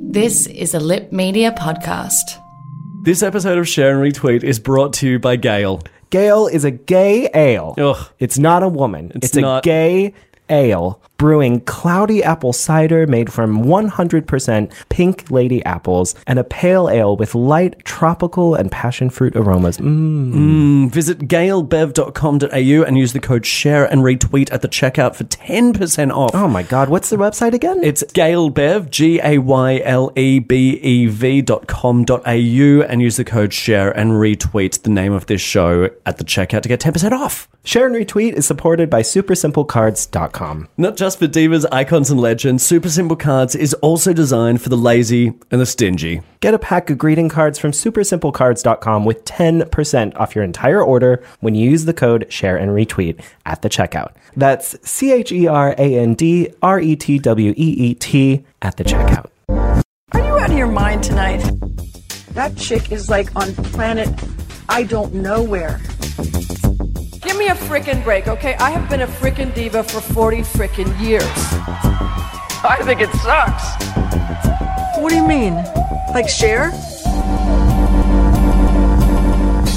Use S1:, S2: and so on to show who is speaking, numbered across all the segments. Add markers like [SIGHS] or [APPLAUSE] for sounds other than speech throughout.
S1: This is a Lip Media podcast.
S2: This episode of Share and Retweet is brought to you by Gail.
S3: Gale is a gay ale.
S2: Ugh.
S3: It's not a woman.
S2: Oh. It's
S3: It's,
S2: not-
S3: a gay ale brewing cloudy apple cider made from 100% pink lady apples and a pale ale with light tropical and passion fruit aromas. Mm.
S2: Visit gailbev.com.au and use the code share and retweet at the checkout for 10% off.
S3: Oh my god, what's the website again?
S2: It's gailbev, G A Y L E B E V dot com dot au, and use the code share and retweet the name of this show at the checkout to get 10% off.
S3: Share and retweet is supported by supersimplecards.com.
S2: Not just for divas, icons, and legends, Super Simple Cards is also designed for the lazy and the stingy.
S3: Get a pack of greeting cards from supersimplecards.com with 10% off your entire order when you use the code share and retweet at the checkout. That's C H E R A N D R E T W E E T at the checkout.
S4: Are you out of your mind tonight? That chick is like on planet I don't know where. Give me a frickin' break, okay? I have been a frickin' diva for 40 frickin' years. I think it sucks. What do you mean? Like share?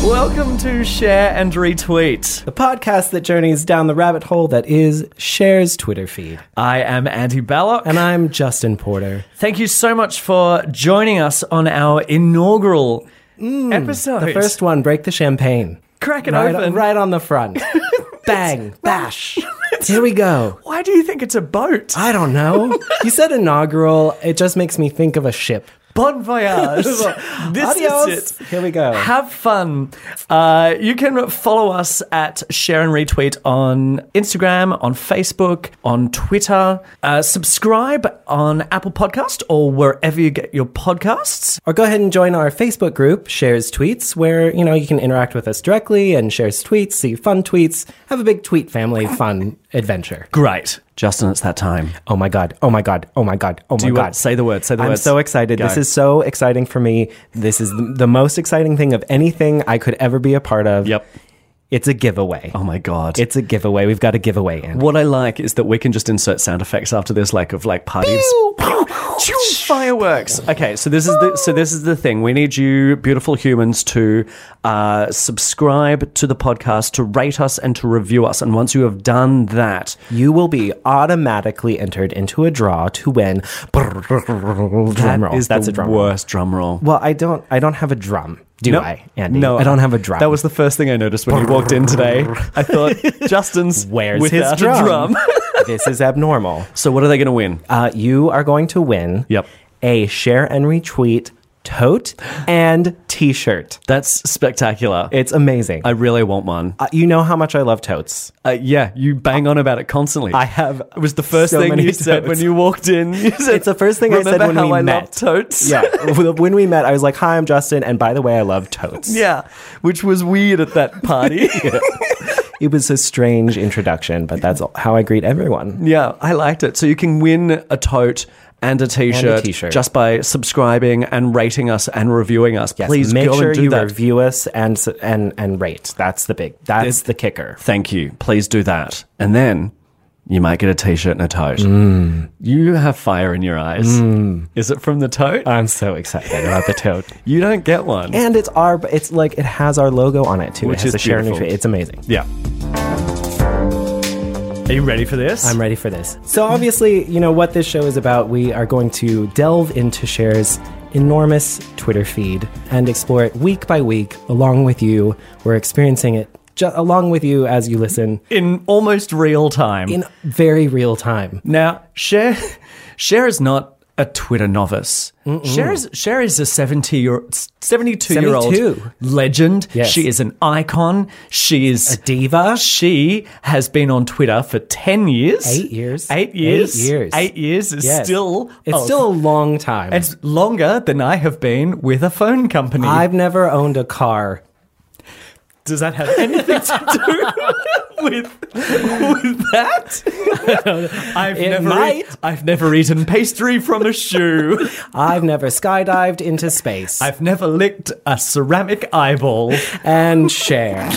S2: Welcome to Share and Retweet.
S3: The podcast that journeys down the rabbit hole that is Share's Twitter feed.
S2: I am Andy Ballock.
S3: And I'm Justin Porter.
S2: Thank you so much for joining us on our inaugural episode.
S3: Mm, The first one, break the champagne.
S2: Crack it
S3: right,
S2: open.
S3: Right on
S2: [LAUGHS]
S3: the front. Bang, bash. Here we go.
S2: Oh. Why do you think it's a boat?
S3: I don't know. you said inaugural. It just makes me think of a ship.
S2: [LAUGHS] Bon voyage. this
S3: Adios.
S2: is it.
S3: Here we go.
S2: Have fun. Uh, you can follow us at Share and Retweet on Instagram, on Facebook, on Twitter. Uh, subscribe on Apple Podcast or wherever you get your podcasts.
S3: Or go ahead and join our Facebook group, Shares Tweets, where, you know, you can interact with us directly and shares tweets, see fun tweets, have a big tweet family fun adventure.
S2: Great. Justin, it's that time.
S3: Oh my god. Oh my god. Oh my god. Oh my
S2: you
S3: god.
S2: want- say the word, say the
S3: I'm
S2: words.
S3: so excited. This
S2: Go.
S3: is so exciting for me. This is the, the most exciting thing of anything I could ever be a part of. It's a giveaway.
S2: Oh my God.
S3: It's a giveaway. We've got a giveaway in.
S2: What I like is that we can just insert sound effects after this, like of like parties, fireworks. Okay, so this is the so this is the thing. We need you, beautiful humans, to uh, subscribe to the podcast, to rate us, and to review us. And once you have done that,
S3: You will be automatically entered into a draw to win. Drum roll.
S2: is
S3: That's
S2: the
S3: a drum roll.
S2: worst drum roll.
S3: Well, I don't. I don't have a drum. Do
S2: No.
S3: I, Andy?
S2: No,
S3: I don't have a drum.
S2: That was the first thing I noticed when you walked in today. I
S3: [LAUGHS]
S2: thought Justin's
S3: where's
S2: without
S3: his
S2: a
S3: drum? [LAUGHS] this is abnormal.
S2: [LAUGHS] So what are they going to win?
S3: Uh, you are going to win.
S2: Yep.
S3: A share and retweet tote and T-shirt.
S2: That's spectacular.
S3: It's amazing.
S2: I really want one.
S3: Uh, you know how much I love totes.
S2: Uh, yeah, you bang on about it constantly.
S3: I have.
S2: It was the first
S3: so
S2: thing
S3: many
S2: you said
S3: totes.
S2: when you [LAUGHS] walked in. You said,
S3: It's the first thing I said
S2: "Remember
S3: when
S2: how
S3: we
S2: I
S3: met."
S2: love totes.
S3: [LAUGHS] Yeah. when we met, I was like, "Hi, I'm Justin," and by the way, I love totes.
S2: [LAUGHS] yeah, which was weird at that party.
S3: [LAUGHS]
S2: [LAUGHS] yeah.
S3: It was a strange introduction, but that's how I greet everyone.
S2: I liked it. So you can win a tote and a t-shirt,
S3: t-shirt.
S2: just by subscribing and rating us and reviewing us.
S3: Yes,
S2: Please
S3: make
S2: go
S3: sure
S2: and do
S3: you
S2: that.
S3: review us and s- and and rate. That's the big. That's the kicker.
S2: Thank you. Please do that, and then you might get a t-shirt and a tote.
S3: Mm.
S2: You have fire in your eyes. Is it from the tote?
S3: I'm so excited about the tote.
S2: you don't get one.
S3: [LAUGHS] And it's our. It's like it has our logo on it too.
S2: Which
S3: it
S2: is
S3: has a share and
S2: beautiful.
S3: retweet. It's amazing.
S2: yeah. Are you ready for this?
S3: I'm ready for this. So, obviously, you know what this show is about. We are going to delve into Cher's enormous Twitter feed and explore it week by week along with you. We're experiencing it ju- along with you as you listen
S2: in almost real time.
S3: in very real time.
S2: Now, Cher, Cher is not a Twitter novice. Cher is, Cher is a 70 year, 72, year old
S3: 72.
S2: legend.
S3: Yes.
S2: She is an icon. She is
S3: A diva.
S2: She has been on Twitter for 10 years.
S3: Eight years.
S2: Eight years.
S3: Eight years.
S2: Eight years is
S3: Yes.
S2: still.
S3: It's
S2: oh,
S3: still a long time.
S2: It's longer than I have been with a phone company.
S3: I've never owned a car.
S2: Does that have anything to
S3: [LAUGHS]
S2: do with, with that? [LAUGHS] I've
S3: It
S2: never
S3: might.
S2: eat- I've never eaten pastry from a shoe.
S3: [LAUGHS] I've never skydived into space.
S2: I've never licked a ceramic eyeball. [LAUGHS]
S3: and share.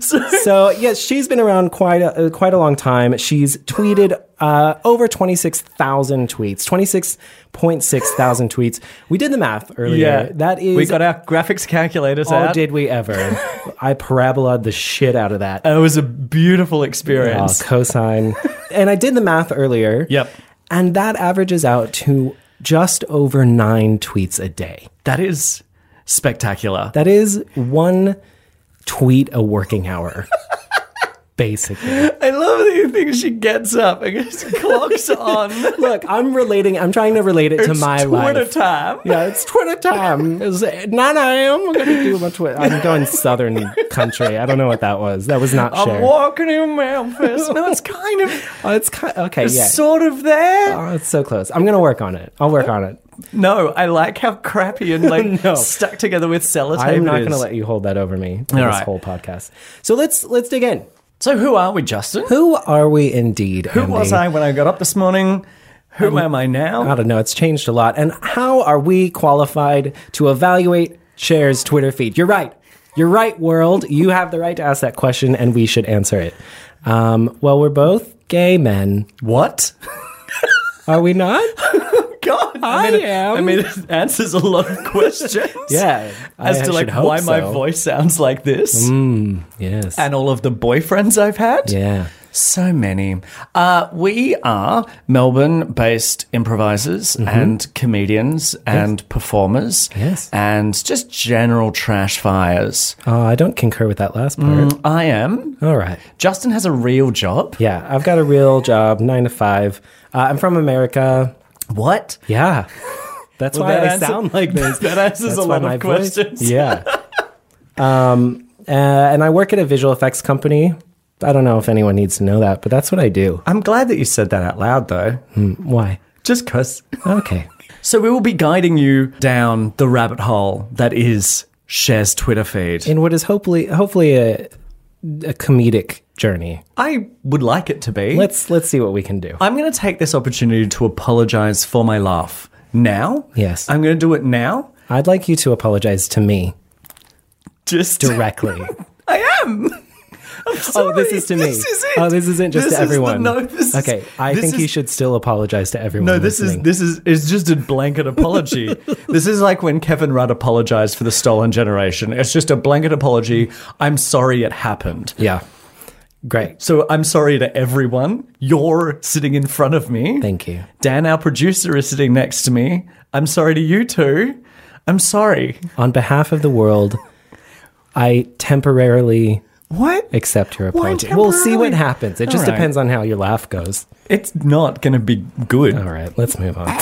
S3: so yes, she's been around quite a, uh, quite a long time. She's tweeted uh, over twenty six thousand tweets, twenty six point six thousand tweets. We did the math earlier. that is.
S2: We got our graphics calculators
S3: Oh,
S2: out.
S3: did
S2: [LAUGHS]
S3: we ever? I parabolaed the shit out of that.
S2: It was a beautiful
S3: Oh,
S2: experience.
S3: cosine. and I did the math earlier.
S2: Yep.
S3: And that averages out to just over nine tweets a day.
S2: That is spectacular.
S3: That is one tweet a working hour, [LAUGHS] basically.
S2: I love that you think she gets up and gets [LAUGHS] clocks on.
S3: Look, I'm relating. I'm trying to relate it to
S2: It's
S3: my
S2: Twitter
S3: life.
S2: time.
S3: Yeah, it's Twitter
S2: [LAUGHS]
S3: time. It's uh, 9 a.m. I'm gonna do my Twitter. I'm going Southern country. I don't know what that was. That was not
S2: I'm
S3: Cher.
S2: walking in
S3: [LAUGHS]
S2: Memphis. No, it's kind of
S3: Oh, it's kind. Okay,
S2: it's
S3: yeah.
S2: sort of there.
S3: oh, it's so close. I'm gonna work on it. I'll work on it.
S2: No, I like how crappy and [LAUGHS] like
S3: No.
S2: stuck together with sellotape.
S3: I'm not
S2: it is.
S3: gonna let you hold that over me. For
S2: All
S3: this
S2: right.
S3: whole podcast. So let's let's dig in.
S2: So who are we, Justin?
S3: Who are we indeed?
S2: Who was I when I got up this morning? Who am I now?
S3: I don't know. It's changed a lot. And how are we qualified to evaluate Cher's Twitter feed? You're right. You're right, world. You have the right to ask that question, and we should answer it. Um, well, we're both gay men,
S2: What?
S3: are we not?
S2: [LAUGHS] God,
S3: I
S2: I, mean,
S3: am.
S2: I mean, it answers a lot [LAUGHS] of questions.
S3: [LAUGHS] Yeah.
S2: as
S3: I
S2: to like
S3: should hope
S2: why my
S3: so.
S2: voice sounds like this,
S3: Yes.
S2: and all of the boyfriends I've had.
S3: yeah.
S2: So many. Uh, we are Melbourne based improvisers and comedians and performers.
S3: Yes.
S2: And just general trash fires.
S3: Oh, I don't concur with that last part.
S2: I am.
S3: All right.
S2: Justin has a real job.
S3: Yeah, I've got a real job, nine to five. Uh, I'm from America.
S2: What? [LAUGHS]
S3: Yeah. That's
S2: Well,
S3: why
S2: that
S3: I
S2: answer-
S3: sound [LAUGHS] like this.
S2: that answers
S3: That's
S2: a
S3: why
S2: lot
S3: my
S2: of
S3: voice-
S2: questions. [LAUGHS]
S3: yeah. Um, uh, and I work at a visual effects company. I don't know if anyone needs to know that, but that's what I do.
S2: I'm glad that you said that out loud, though.
S3: Hmm. Why?
S2: Just because.
S3: Okay.
S2: So we will be guiding you down the rabbit hole that is Cher's Twitter feed.
S3: In what is hopefully hopefully a, a comedic journey.
S2: I would like it to be.
S3: Let's let's see what we can do.
S2: I'm going to take this opportunity to apologize for my laugh now.
S3: Yes.
S2: I'm going to do it now.
S3: I'd like you to apologize to me
S2: Just
S3: directly.
S2: [LAUGHS] I am. I'm sorry.
S3: oh, this is to me.
S2: This is it.
S3: Oh, this isn't just
S2: This
S3: to
S2: is the-
S3: everyone.
S2: no, this is-
S3: okay. I
S2: this
S3: think you
S2: is-
S3: should still apologize to everyone.
S2: No, this is
S3: listening.
S2: this is it's just a blanket
S3: [LAUGHS]
S2: apology. this is like when Kevin Rudd apologized for the Stolen Generation. It's just a blanket apology. I'm sorry it happened.
S3: Yeah. Great.
S2: So I'm sorry to everyone. You're sitting in front of me.
S3: Thank you.
S2: Dan, our producer, is sitting next to me. I'm sorry to you two. I'm sorry.
S3: On behalf of the world, I temporarily
S2: What?
S3: accept your
S2: Why
S3: apology. We'll see what
S2: temporarily?
S3: happens. It
S2: All
S3: just
S2: right.
S3: depends on how your laugh goes.
S2: It's not going to be good.
S3: All right, let's move on.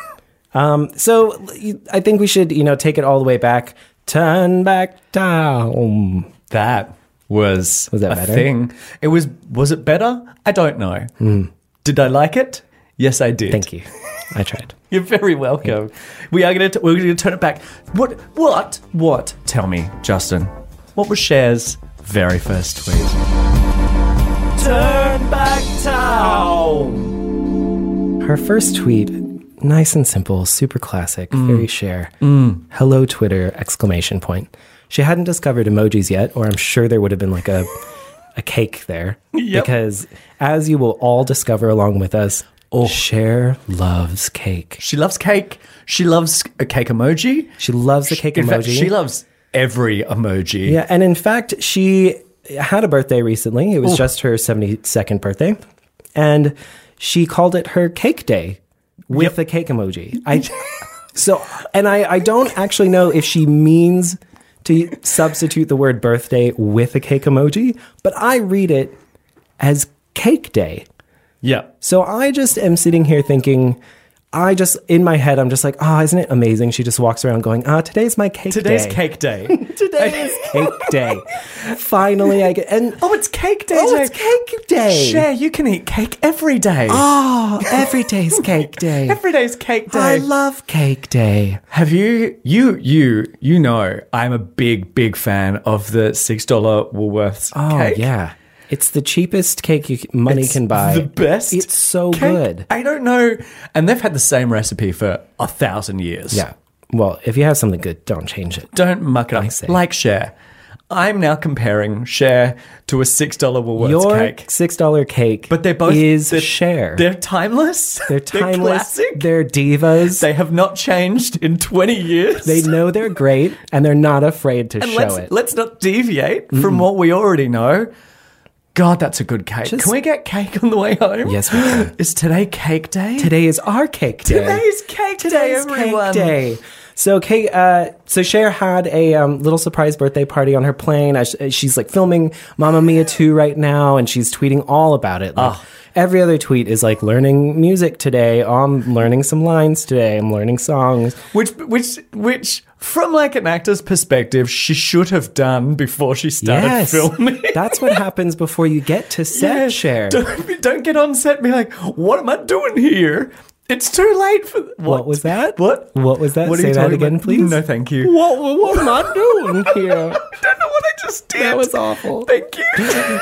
S3: [LAUGHS] um, so you- I think we should, you know, take it all the way back. Turn back down.
S2: That was
S3: Was that
S2: a
S3: better?
S2: thing. It was. Was it better? I don't know. Did I like it? Yes, I did.
S3: Hmm. Thank you. I tried.
S2: You're very welcome. We are going to we're going to turn it back. What? What? What? Tell me, Justin. What was Cher's very first tweet? Turn back town.
S3: Her first tweet, nice and simple, super classic, very share. Hello, Twitter! Exclamation point. She hadn't discovered emojis yet, or I'm sure there would have been like a a cake there.
S2: Yep.
S3: Because as you will all discover along with us, Cher loves cake.
S2: She loves cake. She loves a cake emoji.
S3: She loves the cake
S2: In
S3: emoji.
S2: fact, she loves every emoji.
S3: yeah, and in fact, she had a birthday recently. It was just her 72nd birthday. And she called it her cake day with a cake emoji. I So and I I don't actually know if she means to substitute the word birthday with a cake emoji, but I read it as cake day.
S2: Yeah.
S3: So I just am sitting here thinking I just in my head I'm just like, "Oh, isn't it amazing she just walks around going, "Ah, today's my cake
S2: Today's
S3: day."
S2: cake day.
S3: [LAUGHS]
S2: [LAUGHS]
S3: Today is cake day. Finally, I get and
S2: oh, it's cake day.
S3: Oh,
S2: Jay.
S3: it's cake day.
S2: Cher, you can eat cake every day.
S3: oh, every day's cake day.
S2: [LAUGHS] Every day's cake day.
S3: I love cake day.
S2: Have you, you, you, you know, I'm a big, big fan of the $6 Woolworths
S3: Oh
S2: cake.
S3: yeah, it's the cheapest cake you, c- money
S2: It's
S3: can buy.
S2: The best.
S3: It's so
S2: cake.
S3: good.
S2: I don't know. And they've had the same recipe for a thousand years.
S3: Yeah. Well, if you have something good, don't change it.
S2: Don't muck it up.
S3: see.
S2: Like Cher. I'm now comparing Cher to a $6 Woolworths
S3: Your
S2: cake.
S3: six dollar cake,
S2: But they both
S3: is
S2: they're-
S3: share.
S2: They're timeless. [LAUGHS]
S3: They're timeless.
S2: classic.
S3: They're divas.
S2: They have not changed in 20 years.
S3: They know they're great, and they're not afraid to
S2: and
S3: show
S2: let's,
S3: it.
S2: let's not deviate from what we already know. God, that's a good cake. can we get cake on the way home?
S3: Yes, we can.
S2: [GASPS] Is today cake day?
S3: Today is our cake day.
S2: Today's cake day,
S3: Today's
S2: everyone.
S3: Cake day. So Kate, uh, so Cher had a um, little surprise birthday party on her plane. As- as She's like filming Mamma Mia 2 right now, and she's tweeting all about it.
S2: Ah.
S3: Like, Every other tweet is like learning music today. Oh, I'm learning some lines today. I'm learning songs.
S2: Which, which, which, from like an actor's perspective, she should have done before she started
S3: yes,
S2: filming. [LAUGHS]
S3: that's what happens before you get to set.
S2: Yeah.
S3: Cher,
S2: Don't, be- don't get on set and be like, what am I doing here? It's too late for. What,
S3: was that?
S2: What?
S3: What was that?
S2: What are
S3: Say
S2: you
S3: that
S2: talking
S3: again,
S2: about?
S3: please.
S2: No, thank you.
S3: what, what am I doing
S2: [LAUGHS]
S3: here?
S2: I don't know what I just did.
S3: That was awful.
S2: Thank you.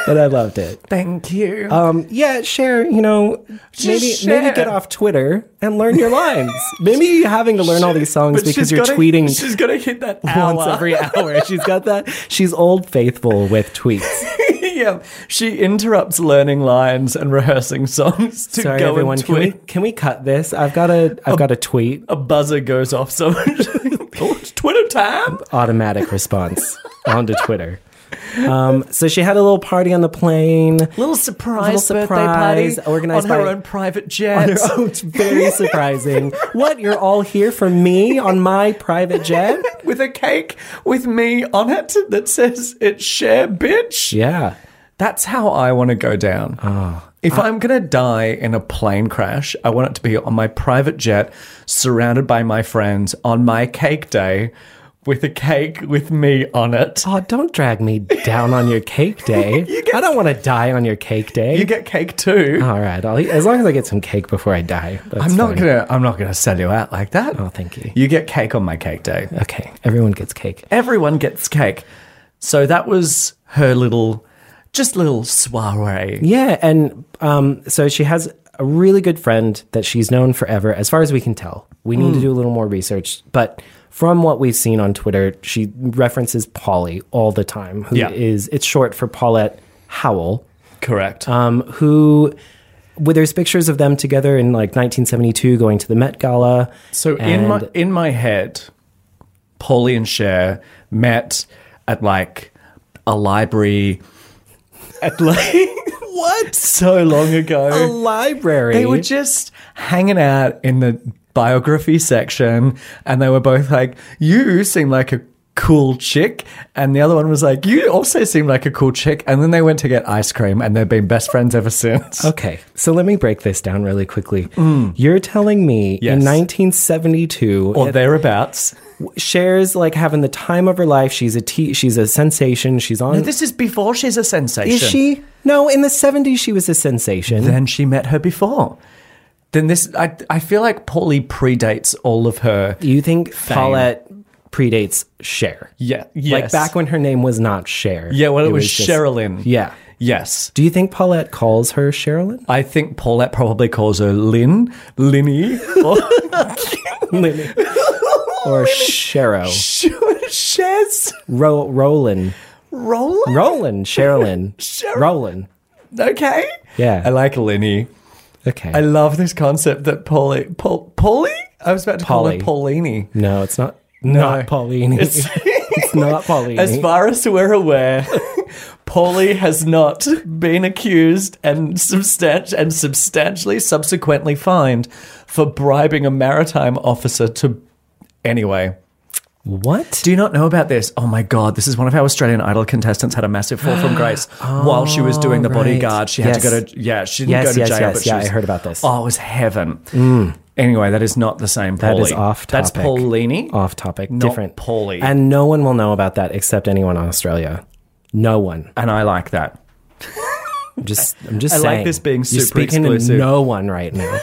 S3: But I loved it.
S2: [LAUGHS] thank you.
S3: Um, yeah, share, you know, maybe
S2: share.
S3: maybe get off Twitter and learn
S2: [LAUGHS]
S3: your lines. maybe you're having to learn all these songs
S2: But
S3: because
S2: she's
S3: you're
S2: gotta-
S3: tweeting
S2: She's gonna hit that hour.
S3: [LAUGHS] once every hour. She's got that. She's old faithful with tweets.
S2: [LAUGHS] [LAUGHS] yeah, she interrupts learning lines and rehearsing songs to
S3: Sorry,
S2: go
S3: everyone.
S2: and
S3: Can we
S2: tweet.
S3: can we cut this? I've got a I've got a tweet.
S2: A buzzer goes off. So, [LAUGHS] oh, it's Twitter time.
S3: Automatic response
S2: [LAUGHS]
S3: onto Twitter. Um, so she had a little party on the plane.
S2: Little surprise,
S3: birthday party
S2: organized on
S3: on
S2: her
S3: her
S2: own private jet.
S3: [LAUGHS] Oh, it's very surprising. what? You're all here for me on my
S2: [LAUGHS]
S3: private jet?
S2: [LAUGHS] with a cake with me on it that says it's share bitch.
S3: Yeah.
S2: That's how I want to go down.
S3: Ah.
S2: if I'm going to die in a plane crash, I want it to be on my private jet, surrounded by my friends on my cake day with a cake with me on it.
S3: Oh, don't drag me down on
S2: [LAUGHS]
S3: your cake day. I don't want to die on your cake day.
S2: You get cake too.
S3: All right, I'll eat, as long as I get some cake before I die. Oh, That's
S2: I'm not
S3: fine.
S2: going to I'm not going to sell you out like that.
S3: Oh, thank you.
S2: You get cake on my cake day.
S3: Okay, everyone gets cake.
S2: Everyone gets cake. So that was her little just little soiree.
S3: Yeah, and um, so she has a really good friend that she's known forever, as far as we can tell. We need
S2: Hmm.
S3: to do a little more research, but from what we've seen on Twitter, she references Polly all the time. Who is
S2: Yeah.
S3: it's short for Paulette Howell.
S2: Correct.
S3: um, who well, there's pictures of them together in like 1972 going to the Met Gala.
S2: So in
S3: and-
S2: my in my head, Polly and Cher met at like a library at [LAUGHS] like what so long
S3: a
S2: ago.
S3: library,
S2: Oh. They were just hanging out in the biography section, and they were both like, "You seem like a." Cool chick, and the other one was like, "You also seem like a cool chick." And then they went to get ice cream, and they've been best friends ever since.
S3: okay. So let me break this down really quickly. You're telling me
S2: Mm. Yes.
S3: in 1972,
S2: Or thereabouts.
S3: Cher's like having the time of her life. She's a te- she's a sensation. She's on.
S2: This is before she's a sensation.
S3: is she? No, in the 70s she was a sensation.
S2: than she met her before. Then this, I, I feel like Polly predates all of her.
S3: you think Paulette predates Cher?
S2: Yeah,
S3: Like back when her name was not Cher.
S2: Yeah, well, it, was,
S3: just-
S2: Sherilyn.
S3: yeah.
S2: Yes.
S3: Do you think Paulette calls her
S2: [LAUGHS]
S3: Sherilyn?
S2: I think Paulette probably calls her Lynn, Linny, [LAUGHS] or
S3: Lily. or Shero.
S2: Shez,
S3: Ro- Roland.
S2: Roland. [LAUGHS]
S3: Roland. Sherilyn.
S2: Sher-
S3: Roland.
S2: Okay.
S3: Yeah.
S2: I like Linny.
S3: Okay.
S2: I love this concept that Polly, Pol, Polly? I was about to
S3: Polly.
S2: call her Paulini. [LAUGHS]
S3: no, it's not. Not Paulini. It's, not Paulini.
S2: As far as we're aware, [LAUGHS] Paulie has not been accused and substan- and substantially subsequently fined for bribing a maritime officer to. Anyway.
S3: What?
S2: Do you not know about this? Oh my God, this is one of our Australian Idol contestants had a massive fall [GASPS] from grace while she was doing the
S3: right.
S2: bodyguard. She had to go
S3: Yes.
S2: to, yeah, she didn't
S3: Yes,
S2: go to
S3: yes,
S2: jail.
S3: yes.
S2: but she
S3: Yeah,
S2: was,
S3: I heard about this.
S2: Oh, it was heaven. Anyway, Mm. that is not the same Paulie.
S3: That is off topic.
S2: That's Paulini.
S3: Off topic.
S2: Not
S3: different.
S2: Paulie.
S3: And no one will know about that except anyone in Australia. No one.
S2: And I like that.
S3: I'm just I'm just
S2: I like
S3: saying.
S2: this being
S3: You're
S2: super
S3: speaking
S2: exclusive.
S3: to no one right now.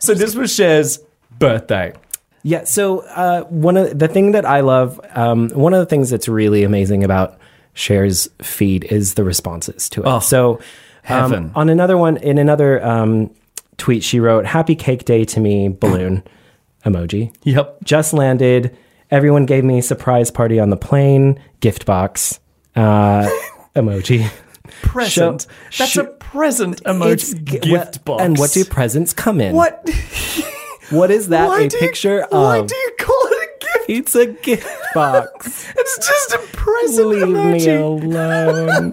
S2: So this was Cher's birthday.
S3: Yeah. So uh, one of the thing that I love, um, one of the things that's really amazing about Cher's feed is the responses to it.
S2: Oh,
S3: so um,
S2: heaven.
S3: on another one, in another um, tweet, she wrote, "Happy Cake Day to
S2: [CLEARS THROAT]
S3: me, balloon emoji."
S2: Yep.
S3: Just landed. Everyone gave me a surprise party on the plane. Gift box uh, emoji.
S2: Present.
S3: Show-
S2: That's
S3: sho-
S2: a present [LAUGHS] emoji
S3: It's-
S2: gift
S3: well,
S2: box.
S3: And what do presents come in?
S2: What? [LAUGHS]
S3: What is that?
S2: why
S3: a
S2: do
S3: picture
S2: you, Why
S3: of?
S2: do you call it a gift?
S3: It's a gift box. [LAUGHS]
S2: It's just a present
S3: Leave
S2: emoji.
S3: me [LAUGHS] alone.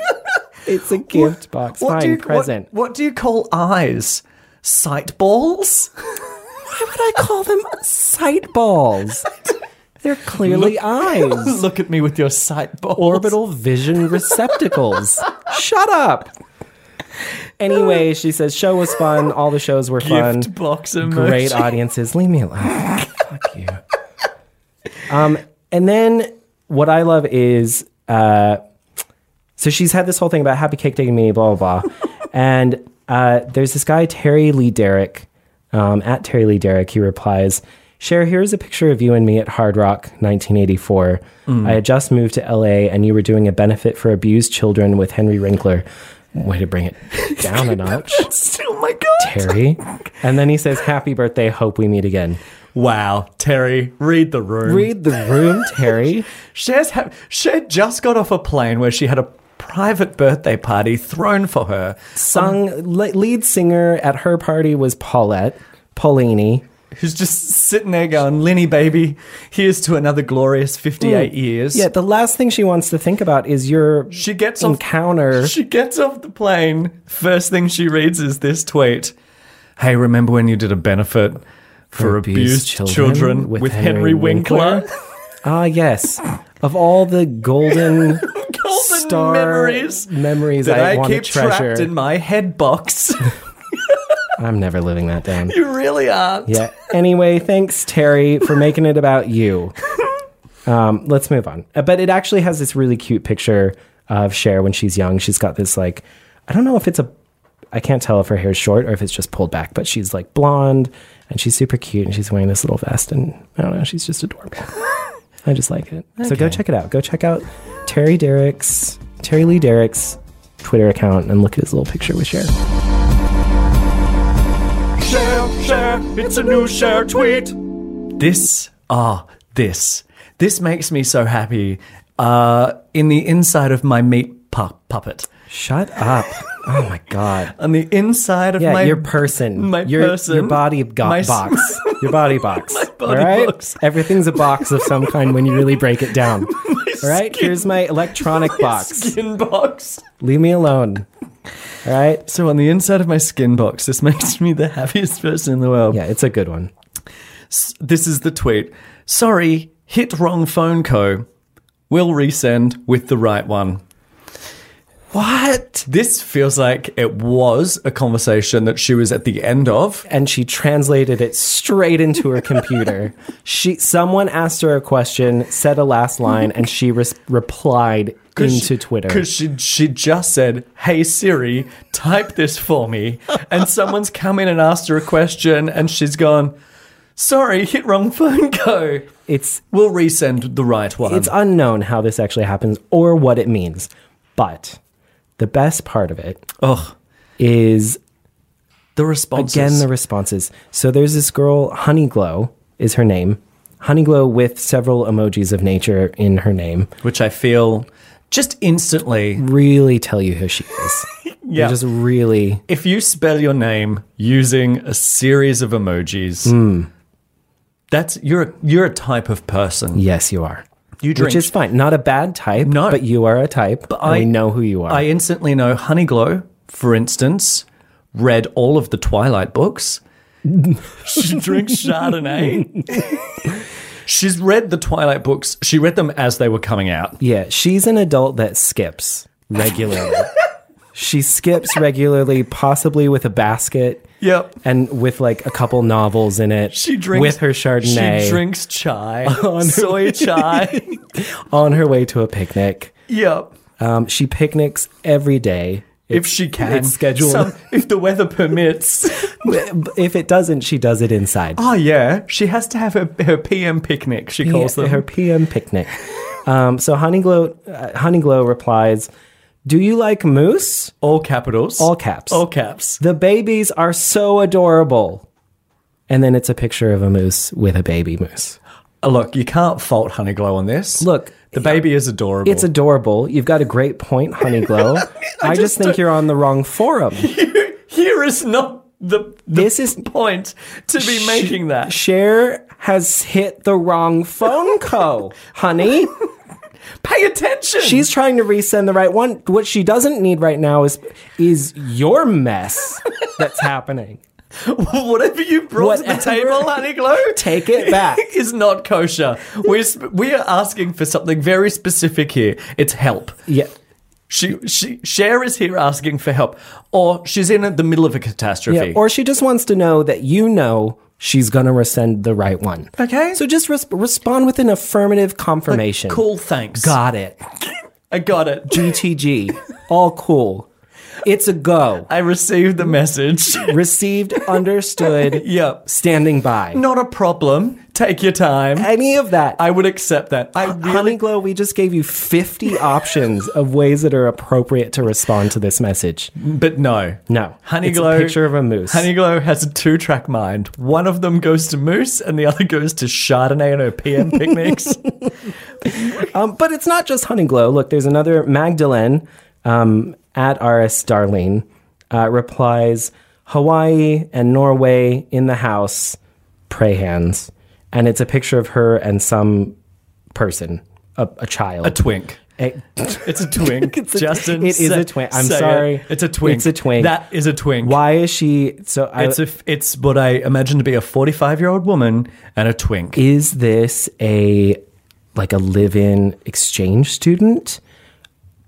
S3: It's a gift box.
S2: What do
S3: Fine,
S2: you, what-
S3: present.
S2: What, do you call eyes? Sight
S3: [LAUGHS]
S2: balls?
S3: Why would I call them sight balls? They're clearly eyes.
S2: Look at me with your sight balls.
S3: [LAUGHS] Orbital vision receptacles. [LAUGHS] Shut up. Anyway, she says, show was fun. All the shows were fun.
S2: gift box emoji. [LAUGHS]
S3: Great audiences. Leave me alone. Fuck you. Um, and then what I love is uh, so she's had this whole thing about happy cake day to me, blah blah blah, and uh, there's this guy Terry Lee Derrick um, at Terry Lee Derrick. He replies, "Cher, here is a picture of you and me at Hard Rock 1984. I had just moved to LA, and you were doing a benefit for abused children with Henry Winkler. Way to bring it down a notch."
S2: Oh my god.
S3: Terry. And then he says, Happy birthday. Hope we meet again.
S2: Wow, Terry, read the room.
S3: Read the room, Terry.
S2: Cher's ha- Cher just got off a plane where she had a private birthday party thrown for her.
S3: Sung le- lead singer at her party was Paulette Paulini.
S2: who's just sitting there going, Lenny, baby, here's to another glorious 58 years.
S3: Yeah, the last thing she wants to think about is your
S2: She gets off,
S3: encounter.
S2: She gets off the plane. First thing she reads is this tweet. Hey, remember when you did a benefit for abused, children, with, Henry, Winkler? [LAUGHS]
S3: Ah, yes. Of all the golden,
S2: [LAUGHS] Golden
S3: star
S2: memories
S3: memories
S2: that
S3: I,
S2: I,
S3: want
S2: keep
S3: to treasure.
S2: trapped in my head box. [LAUGHS]
S3: I'm never living that down.
S2: you really are.
S3: Yeah. Anyway, thanks, Terry, for making it about you. Um, let's move on. Uh, But it actually has this really cute picture of Cher when she's young. She's got this, like, I don't know if it's a, I can't tell if her hair's short or if it's just pulled back, but she's like blonde and she's super cute and she's wearing this little vest and I don't know, she's just adorable. [LAUGHS] I just like it. So go check it out. Go check out Terry Derrick's, Terry Lee Derrick's Twitter account and look at his little picture with Cher.
S2: Share, share, it's a new share tweet. This, ah, this. This makes me so happy. Uh, in the inside of my meat pu- puppet.
S3: Shut up. [LAUGHS] Oh my God.
S2: On the inside of
S3: Yeah,
S2: my
S3: your person,
S2: my
S3: your,
S2: person,
S3: your body go-
S2: my s- [LAUGHS]
S3: box, your body box.
S2: body
S3: all right,
S2: box.
S3: everything's a box of some kind when you really break
S2: [LAUGHS]
S3: it down. all right,
S2: skin-
S3: here's my electronic
S2: [LAUGHS]
S3: box.
S2: skin box.
S3: Leave me alone. All right,
S2: So on the inside of my skin box, this [LAUGHS] makes me the happiest person in the world.
S3: yeah, it's a good one.
S2: This is the tweet. Sorry, hit wrong phone co. We'll resend with the right one. What? This feels like it was a conversation that she was at the end of.
S3: And she translated it straight into
S2: [LAUGHS]
S3: her computer. she, someone asked her a question, said a last line, and she res-
S2: [LAUGHS]
S3: replied into Twitter.
S2: Because she, she just said, Hey Siri, type this for
S3: [LAUGHS]
S2: me. And someone's come in and asked her a question, and she's gone, Sorry, hit wrong phone co.
S3: It's
S2: We'll resend the right one.
S3: It's unknown how this actually happens or what it means. But the best part of it
S2: Ugh.
S3: is
S2: The responses.
S3: again the responses. So there's this girl, Honeyglow is her name. Honeyglow with several emojis of nature in her name
S2: which I feel just instantly.
S3: really tell you who
S2: [LAUGHS]
S3: she is. yeah. Just really
S2: If you spell your name using a series of
S3: Hmm.
S2: emojis, that's you're a- you're a type of person.
S3: yes you are.
S2: You drink.
S3: Which is fine. Not a bad type,
S2: No.
S3: but you are a type. and
S2: I-
S3: we know who you are.
S2: I instantly know Honeyglow, for instance, read all of the Twilight
S3: [LAUGHS]
S2: books. she drinks Chardonnay. She's read the Twilight books. She read them as they were coming out.
S3: yeah, she's an adult that skips
S2: [LAUGHS]
S3: regularly. she skips regularly, possibly with a basket.
S2: Yep.
S3: And with like a couple novels in it.
S2: She drinks
S3: with her Chardonnay
S2: She drinks
S3: [LAUGHS]
S2: chai, soy chai.
S3: on her way to a picnic.
S2: yep.
S3: Um, she picnics every day.
S2: If she can
S3: it's scheduled.
S2: Some- if the weather permits.
S3: [LAUGHS] if it doesn't, she does it inside.
S2: [LAUGHS] oh yeah, she has to have her, her PM picnic. She calls
S3: Yeah,
S2: them
S3: her PM picnic. um, so Honeyglow, uh, Honeyglow replies, "Do you like moose?
S2: all capitals,
S3: All caps.
S2: all caps.
S3: The babies are so adorable." And then it's a picture of a moose with a baby moose.
S2: Uh, Look, you can't fault Honeyglow on this.
S3: Look,
S2: the baby is adorable.
S3: It's adorable. You've got a great
S2: [LAUGHS]
S3: point, Honeyglow. I, just
S2: just
S3: think
S2: don't-
S3: you're on the wrong forum.
S2: here is not the, the
S3: This is-
S2: point to [LAUGHS] be making that.
S3: Cher has hit the wrong phone co,
S2: [LAUGHS]
S3: honey.
S2: Pay attention.
S3: She's trying to resend the right one. What she doesn't need right now is is your mess that's happening.
S2: [LAUGHS] whatever you brought to the
S3: Whatever.
S2: table, Honeyglow.
S3: Take
S2: [LAUGHS]
S3: it back.
S2: is not kosher. We're sp- we are asking for something very specific here. It's help.
S3: [LAUGHS] Yeah.
S2: She she Cher is here asking for help, or she's in the middle of a catastrophe.
S3: Yeah. Or she just wants to know that you know she's going to resend the right one.
S2: Okay.
S3: So just res- respond with an affirmative confirmation.
S2: cool, thanks.
S3: Got it.
S2: I got it.
S3: BTG. All cool. It's a go.
S2: [LAUGHS] I received the
S3: [LAUGHS]
S2: message.
S3: Received, understood,
S2: yep.
S3: standing by.
S2: Not a problem. Take your time.
S3: Any of that.
S2: I would accept that. I really
S3: Honeyglow, we just gave you 50 options of ways that are appropriate to respond to this message.
S2: but no.
S3: No.
S2: Honeyglow
S3: It's a picture of a moose.
S2: Honeyglow has a two-track mind. One of them goes to Moose and the other goes to Chardonnay and her
S3: [LAUGHS]
S2: PM picnics.
S3: Um, but it's not just Honeyglow. Look, there's another Magdalene um, at RS Darlene uh, replies Hawaii and Norway in the house, pray hands. And it's a picture of her and some person, a, a child.
S2: a twink.
S3: A-
S2: It's a twink.
S3: [LAUGHS] It's a-
S2: Justin.
S3: it is
S2: say-
S3: a twink. I'm
S2: say it.
S3: sorry.
S2: It's a twink.
S3: It's a twink.
S2: That is a twink.
S3: Why is she so? I,
S2: It's a, f- it's what I imagine to be a 45 year old woman and a twink.
S3: is this a like a live-in exchange student?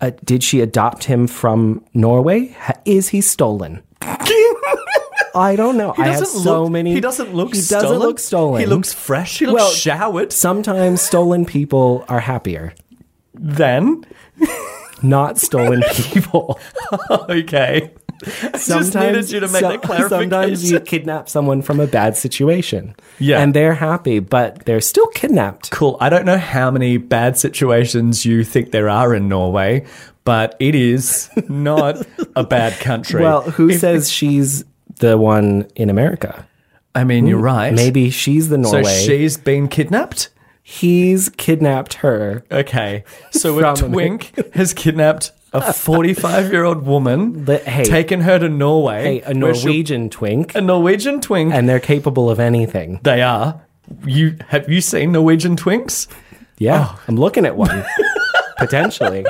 S3: Uh, did she adopt him from Norway? Ha- is
S2: [LAUGHS]
S3: he stolen? I don't know. I have so
S2: look,
S3: many.
S2: He doesn't look.
S3: He
S2: stolen.
S3: doesn't look stolen.
S2: He looks fresh. He looks
S3: Well,
S2: showered.
S3: Sometimes stolen people are happier.
S2: Then [LAUGHS]
S3: Not stolen people.
S2: okay.
S3: Sometimes
S2: I just needed you to make
S3: so-
S2: that clarification.
S3: Sometimes you kidnap someone from a bad situation.
S2: Yeah.
S3: and they're happy, but they're still kidnapped.
S2: Cool. I don't know how many bad situations you think there are in Norway, but it
S3: [LAUGHS]
S2: is not a bad country.
S3: Well, who says she's the one in America?
S2: I mean, you're right.
S3: Maybe she's the
S2: So
S3: Norway.
S2: she's been kidnapped.
S3: He's kidnapped her.
S2: Okay. So a
S3: From
S2: twink
S3: [LAUGHS]
S2: has kidnapped a 45 year old woman,
S3: But hey,
S2: taken her to Norway.
S3: hey, a
S2: where she'll-
S3: Norwegian twink,
S2: A Norwegian twink.
S3: and they're capable of anything.
S2: they are. You have you seen Norwegian [LAUGHS] twinks?
S3: Yeah,
S2: Oh.
S3: I'm looking at
S2: [LAUGHS]
S3: one potentially.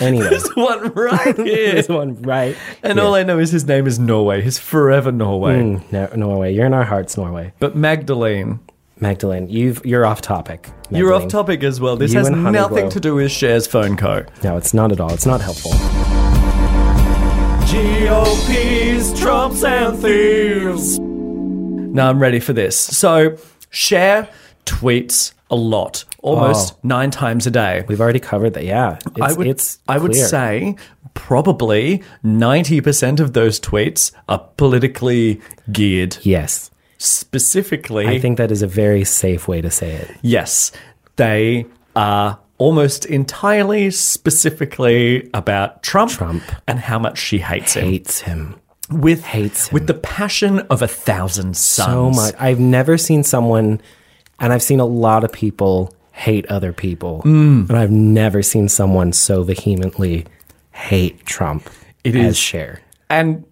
S3: Anyway,
S2: One [LAUGHS] right here.
S3: there's one right.
S2: And all I know is his name is Norway. He's forever Norway.
S3: Mm, no, Norway, you're in our hearts, Norway.
S2: But Magdalene,
S3: Magdalene, you've you're off topic.
S2: you're
S3: Magdalene.
S2: off topic as well. This
S3: You
S2: has
S3: and Honeyglow.
S2: nothing to do with Cher's phone co.
S3: No, it's not at all. It's not helpful.
S2: GOPs, Trumps, and thieves. Now I'm ready for this. So, Cher tweets a lot, almost
S3: Oh.
S2: nine times a day.
S3: We've already covered that. Yeah, it's,
S2: I would,
S3: it's
S2: I would
S3: clear.
S2: say probably 90% of those tweets are politically geared.
S3: yes.
S2: Specifically,
S3: I think that is a very safe way to say it.
S2: yes, they are almost entirely specifically about Trump,
S3: Trump.
S2: and how much she hates him.
S3: Hates him.
S2: with
S3: Hates him.
S2: with the passion of a thousand suns.
S3: so much. I've never seen someone, and I've seen a lot of people hate other people,
S2: Mm.
S3: and I've never seen someone so vehemently hate Trump.
S2: It
S3: as
S2: is-
S3: share
S2: and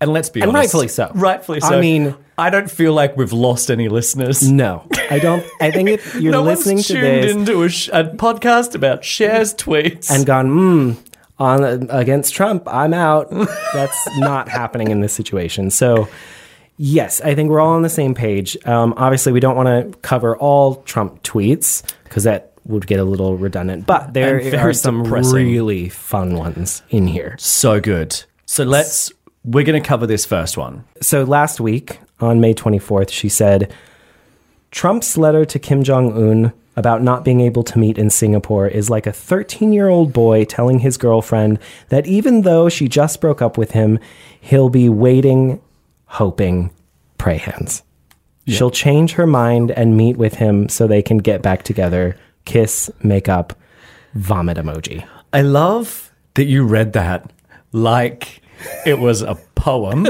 S2: and let's be
S3: and
S2: honest,
S3: rightfully so.
S2: Rightfully so.
S3: I mean,
S2: I don't feel like we've lost any listeners.
S3: No, I don't. I
S2: [LAUGHS]
S3: think if you're
S2: no
S3: listening
S2: one's
S3: to
S2: tuned
S3: this
S2: into a, sh- a podcast about shares tweets.
S3: and gone, mm, on against Trump, I'm out. [LAUGHS] That's not happening in this situation. So, yes, I think we're all on the same page. Um, obviously, we don't want to cover all Trump tweets because that would get a little redundant. But there
S2: And very
S3: are some
S2: depressing.
S3: really fun ones in here.
S2: so good. So let's. We're going to cover this first one.
S3: So last week on May 24th, she said Trump's letter to Kim Jong Un about not being able to meet in Singapore is like a 13 year old boy telling his girlfriend that even though she just broke up with him, he'll be waiting, hoping, pray hands. She'll change her mind and meet with him so they can get back together, kiss, make up, vomit emoji.
S2: I love that you read that like it was a [LAUGHS] poem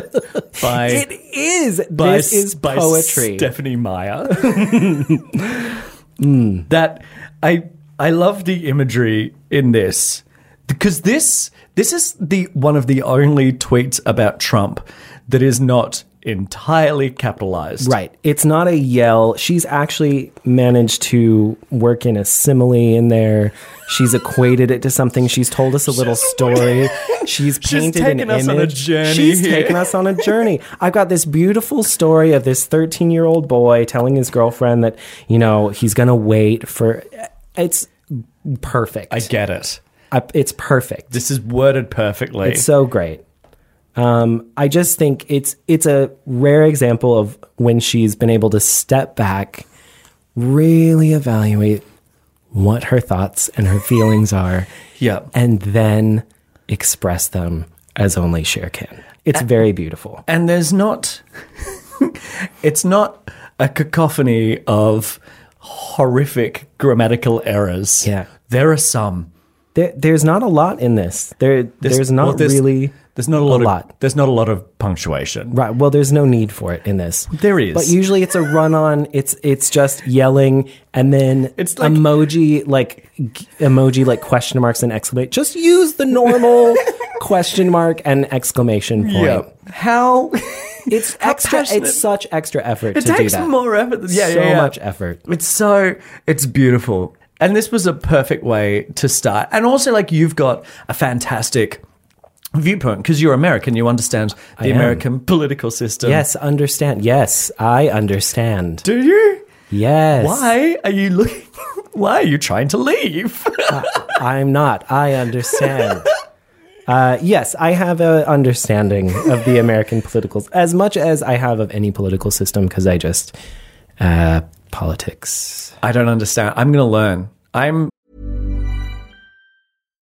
S2: by.
S3: It is.
S2: by,
S3: this is
S2: by
S3: poetry.
S2: Stephanie
S3: [LAUGHS]
S2: Meyer. [LAUGHS] That I I love the imagery in this because this this is the one of the only tweets about Trump that is not entirely capitalized.
S3: Right. It's not a yell. She's actually managed to work in a simile in there. She's equated it to something. She's told us a little story. She's painted an
S2: taken us on a
S3: image.
S2: journey
S3: She's
S2: here.
S3: taken us on a
S2: [LAUGHS]
S3: journey. I've got this beautiful story of this 13 year old boy telling his girlfriend that, you know, he's going to wait for. It's perfect.
S2: I get it.
S3: I- it's perfect.
S2: This is worded perfectly.
S3: It's so great. Um, I just think it's it's a rare example of when she's been able to step back, really evaluate what her thoughts and her feelings are,
S2: yeah.
S3: and then express them as only Cher can. It's
S2: Uh,
S3: very beautiful.
S2: and there's not [LAUGHS] it's not a cacophony of horrific grammatical errors
S3: Yeah.
S2: there are some
S3: There, there's not a lot in this. There, there's, not
S2: well, there's-
S3: really.
S2: there's not a lot,
S3: lot.
S2: Of, there's not a lot of punctuation
S3: Right. Well, there's no need for it in this.
S2: There is.
S3: But usually it's a run on. It's it's just yelling and then
S2: It's like-
S3: emoji like g- emoji like question marks and exclamation. Just use the
S2: [LAUGHS]
S3: normal question mark and exclamation point.
S2: how [LAUGHS]
S3: It's
S2: How
S3: extra.
S2: passionate.
S3: It's such extra effort
S2: it
S3: to do
S2: takes
S3: that.
S2: more effort than, yeah
S3: so
S2: yeah, yeah.
S3: much effort.
S2: It's so it's beautiful. And this was a perfect way to start. And also like you've got a fantastic viewpoint because you're American, you understand the
S3: am.
S2: American [LAUGHS] political system.
S3: Yes, understand. Yes, I understand.
S2: Do you?
S3: Yes.
S2: Why are you looking [LAUGHS] why are you trying to leave?
S3: I'm not. I understand. Uh, yes, I have a understanding of the American political as much as I have of any political system because I just uh, politics.
S2: [LAUGHS] I don't understand. I'm gonna learn. I'm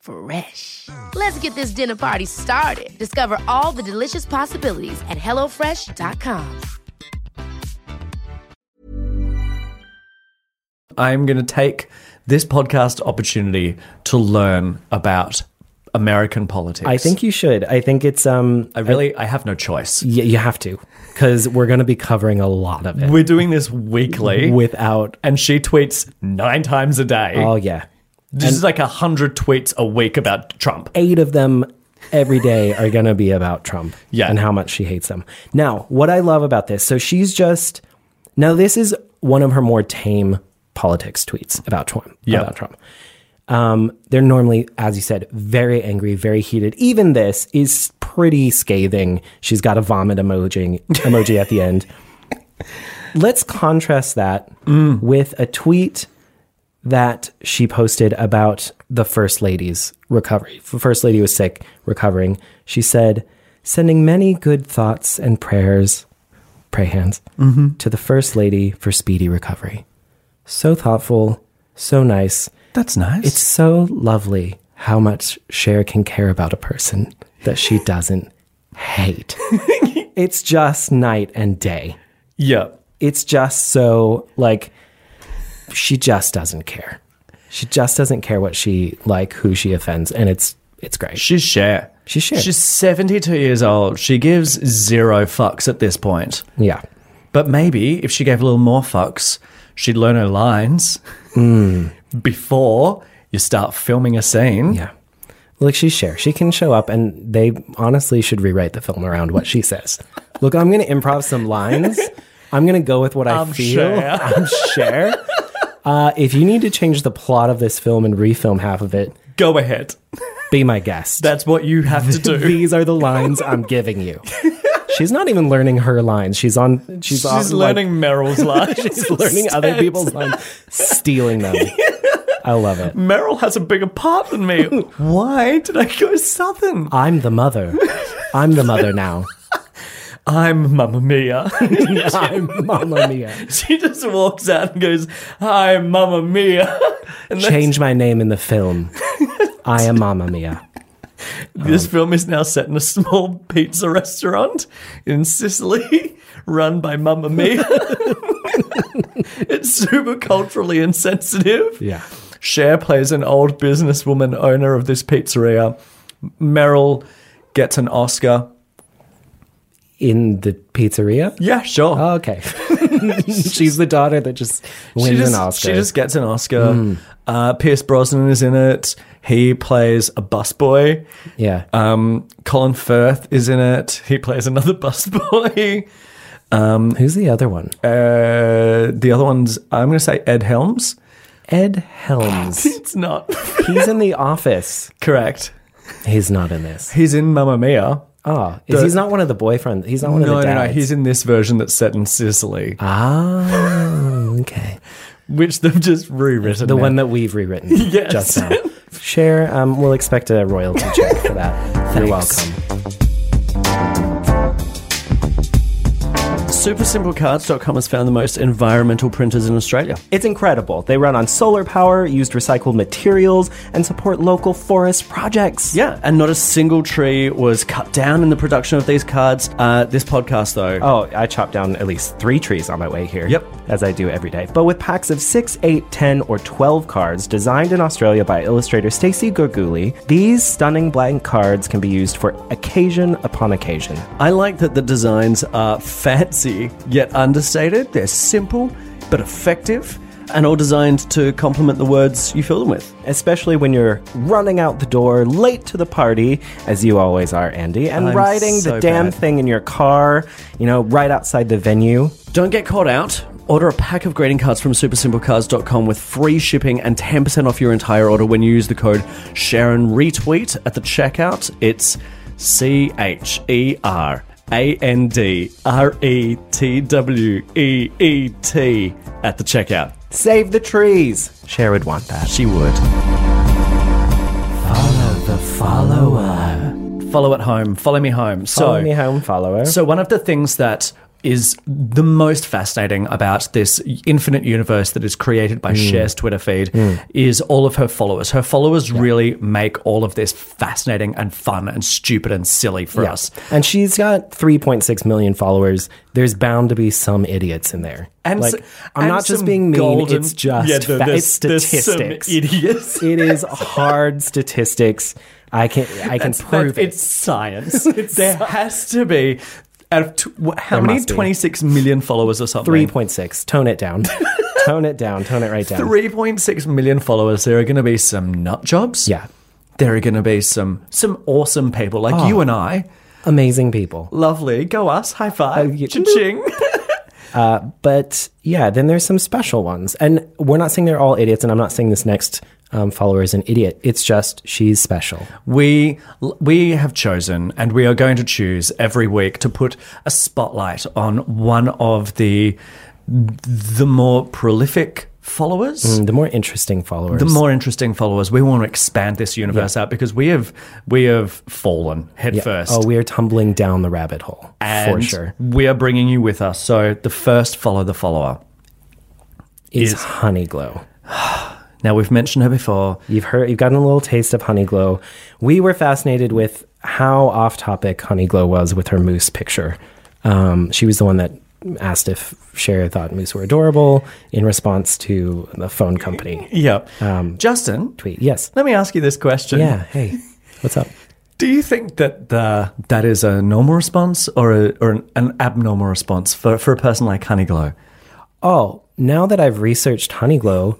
S5: Fresh. Let's get this dinner party started. Discover all the delicious possibilities at hellofresh.com.
S2: I'm gonna take this podcast opportunity to learn about American politics.
S3: I think you should. I think it's um.
S2: I really I have no choice.
S3: Y- you have to because we're going to be covering a lot of it
S2: We're doing this weekly.
S3: without.
S2: and she tweets nine times a day.
S3: Oh yeah,
S2: this is like a hundred tweets a week about Trump.
S3: eight of them every day are going to be about Trump
S2: [LAUGHS] Yeah.
S3: and how much she hates him. Now, what I love about this, so she's just now this is one of her more tame politics tweets about Trump.
S2: Yeah.
S3: About Trump. Um, they're normally, as you said, very angry, very heated. Even this is pretty scathing. She's got a vomit emoji emoji at
S2: [LAUGHS]
S3: the
S2: Mm.
S3: end. Let's contrast that with a tweet that she posted about the First Lady's recovery. The First Lady was sick, recovering. She said, sending many good thoughts and prayers, pray hands, to the First Lady for speedy recovery. So thoughtful, so nice.
S2: That's nice.
S3: It's so lovely how much Cher can care about a person that she doesn't hate. it's just night and day.
S2: yeah.
S3: It's just so like she just doesn't care. She just doesn't care what she like who she offends and it's it's great.
S2: She's Cher.
S3: She's Cher.
S2: She's 72 years old. She gives zero fucks at this point.
S3: yeah.
S2: But maybe if she gave a little more fucks, she'd learn her lines [LAUGHS] before you start filming a scene.
S3: Hmm. Yeah. Like she's Cher. She can show up and they honestly should rewrite the film around what she says. Look, I'm going to improv some lines. I'm going to go with what I
S2: I'm
S3: feel.
S2: Cher.
S3: [LAUGHS] I'm Cher. Uh, if you need to change the plot of this film and refilm half of it,
S2: Go ahead.
S3: be my guest.
S2: That's what you have to do.
S3: These are [LAUGHS] the lines I'm
S2: [LAUGHS]
S3: giving you. She's not even learning her lines. She's on. She's,
S2: She's
S3: on, like,
S2: learning Meryl's lines.
S3: [LAUGHS] she's learning other people's lines,
S2: [LAUGHS]
S3: stealing them. I love it.
S2: Meryl has a bigger part than
S3: [LAUGHS]
S2: me. Why did I go Southern?
S3: I'm the mother. I'm the
S2: [LAUGHS]
S3: mother now. [LAUGHS]
S2: I'm Mamma Mia. [LAUGHS]
S3: I'm Mamma Mia.
S2: she just walks out and goes, Hi, Mamma
S3: [LAUGHS]
S2: Mia. [LAUGHS] And that's-
S3: Change my name in
S2: [LAUGHS]
S3: the film. I am Mamma Mia.
S2: This film is now set in a small pizza restaurant in Sicily, [LAUGHS] run by Mamma
S3: [LAUGHS]
S2: Mia. [LAUGHS] it's super culturally insensitive.
S3: Yeah.
S2: Cher plays an old businesswoman owner of this pizzeria. Meryl gets an Oscar.
S3: In the pizzeria.
S2: Yeah, sure.
S3: Oh,
S2: [LAUGHS]
S3: okay. [LAUGHS] she's the daughter that just wins
S2: she just,
S3: an Oscar. Hmm.
S2: She just gets an Oscar. Uh, Pierce Brosnan is in it. He plays a busboy.
S3: yeah.
S2: Um, Colin Firth is in it. He plays another [LAUGHS] busboy.
S3: Who's the other one?
S2: Uh, the other one's I'm going to say Ed
S3: [LAUGHS]
S2: Helms. [LAUGHS]
S3: Ed Helms.
S2: It's not
S3: He's in the office.
S2: correct.
S3: He's not in this.
S2: He's in Mamma Mia.
S3: Oh, is
S2: The-
S3: he's not one of the boyfriends. He's not one
S2: No,
S3: of the
S2: no,
S3: dads.
S2: no. He's in this version that's set in Sicily,
S3: Ah. oh, okay.
S2: which they've just rewritten.
S3: The
S2: now.
S3: one that we've
S2: [LAUGHS]
S3: rewritten
S2: Yes.
S3: just now. Share. Um, we'll expect a royalty check for
S2: [LAUGHS]
S3: that. You're welcome.
S6: SuperSimpleCards.com has found the most environmental printers in Australia.
S3: It's incredible. They run on solar power, used recycled materials, and support local forest projects.
S6: Yeah, and not a single tree was cut down in the production of these cards. Uh, this podcast, though.
S3: Oh, I chopped down at least three trees on my way here.
S6: Yep.
S3: As I do every day. But with packs of 6, 8, 10, or 12 cards designed in Australia by illustrator Stacey Gorguli, these stunning blank cards can be used for occasion upon occasion.
S6: I like that the designs are fancy yet understated. They're simple but effective, and all designed to complement the words you fill them with.
S3: Especially when you're running out the door late to the party, as you always are, Andy, and
S6: I'm
S3: riding
S6: so
S3: the damn
S6: bad.
S3: thing in your car, you know, right outside the venue.
S6: Don't get caught out. Order a pack of greeting cards from supersimplecards.com with free shipping and 10% off your entire order when you use the code Sharon Retweet at the checkout. It's C H E R A N D R E T W E E T at the checkout.
S3: Save the trees! Cher would want that.
S6: She would.
S2: follow at home. Follow me home. So
S3: Follow me home, follower.
S2: So, one of the things that is the most fascinating about this infinite universe that is created by Cher's Twitter feed is all of her followers. Her followers really make all of this fascinating and fun and stupid and silly for
S3: Yeah.
S2: us.
S3: And she's got 3.6 million followers. There's bound to be some idiots in there.
S2: And
S3: like,
S2: so-
S3: I'm
S2: and
S3: not just
S2: some
S3: being mean.
S2: golden-
S3: it's just
S2: Yeah, there-
S3: fa-
S2: there's-
S3: it's
S2: there's some
S3: statistics.
S2: idiots.
S3: it is hard statistics. I can I can prove
S2: That-
S3: it.
S2: It's [LAUGHS] science. there has to be. Out of tw- wh- how
S3: There
S2: many?
S3: must be.
S2: Twenty six million followers or something.
S3: 3.6. Tone
S2: [LAUGHS]
S3: it down. tone it down. Tone it right down.
S2: 3.6 million followers, there are going to be some nut jobs.
S3: Yeah.
S2: There are going to be some some awesome people like you and I.
S3: Amazing people.
S2: Lovely. Go us. High five.
S3: yeah.
S2: Cha-ching.
S3: But yeah, then there's some special ones. And we're not saying they're all idiots, and I'm not saying this next um, follower is an idiot. It's just she's special.
S2: [LAUGHS] we we have chosen and we are going to choose every week to put a spotlight on one of the the more prolific followers.
S3: The more interesting followers.
S2: The more interesting followers. We want to expand this universe out because we have we have fallen headfirst.
S3: Oh, we are tumbling down the rabbit hole. for
S2: and
S3: sure.
S2: We are bringing you with us. So the first follow the follower.
S3: Is,
S2: is-
S3: Honey Glow.
S2: Now we've mentioned her before.
S3: You've heard you've gotten a little taste of Honey Glow. We were fascinated with how off topic Honey Glow was with her moose picture. Um, she was the one that asked if Cher thought moose were adorable in response to the
S2: [LAUGHS]
S3: phone company
S2: Yeah. Um, Justin,
S3: tweet. Yes.
S2: let me ask you this question.
S3: Yeah. Hey, what's up?
S2: Do you think that the, that is a normal response or a, or an, an abnormal response for, for a person like Honeyglow?
S3: Oh, now that I've researched Honeyglow,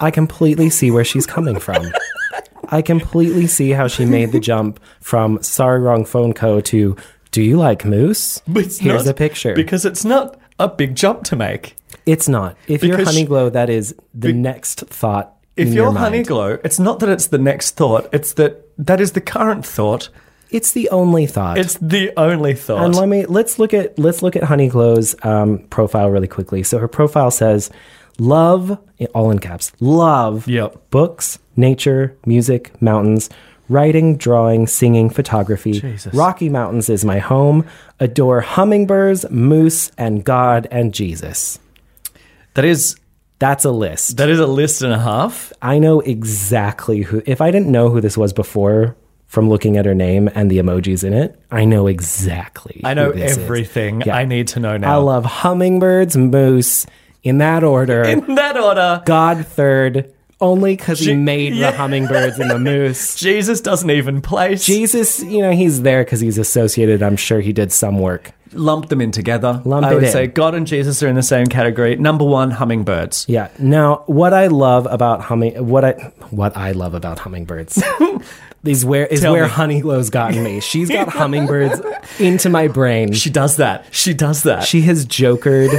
S3: I completely see where she's coming from. I completely see how she made the jump from sorry wrong phone co to do you like moose? Here's a picture.
S2: because it's not a big jump to make.
S3: It's not. If you're
S2: Because-
S3: Honeyglow, that is the next thought.
S2: If
S3: in
S2: you're
S3: your mind.
S2: Honeyglow, it's not that it's the next thought. It's that that is the current thought.
S3: it's the only thought.
S2: It's the only thought.
S3: and let me let's look at let's look at Honeyglow's um, profile really quickly. So her profile says, "Love all in caps. Love
S2: Yep.
S3: books, nature, music, mountains." Writing, drawing, singing, photography. Rocky Mountains is my home. Adore hummingbirds, moose, and God and Jesus.
S2: that is
S3: That's a list.
S2: that is a list and a half.
S3: I know exactly who. If I didn't know who this was before from looking at her name and the emojis in it, I know exactly.
S2: I know
S3: who this is.
S2: everything
S3: Yeah.
S2: I need to know
S3: I
S2: now.
S3: love hummingbirds, moose in that order.
S2: In that order,
S3: God third, only because he
S2: Je-
S3: made
S2: yeah.
S3: the
S2: [LAUGHS]
S3: hummingbirds and the moose.
S2: Jesus doesn't even place.
S3: Jesus, you know, he's there because he's associated. I'm sure he did some work.
S2: Lump them in together.
S3: Lump
S2: I
S3: it
S2: would
S3: in.
S2: say God and Jesus are in the same category. Number one, hummingbirds.
S3: Yeah. Now, what I love about humming, what I what I love
S2: [LAUGHS]
S3: about hummingbirds, is where is
S2: Tell
S3: where
S2: me.
S3: Honeyglow's gotten me.
S2: [LAUGHS]
S3: She's got hummingbirds into my brain.
S2: She does that. She does that.
S3: She has jokered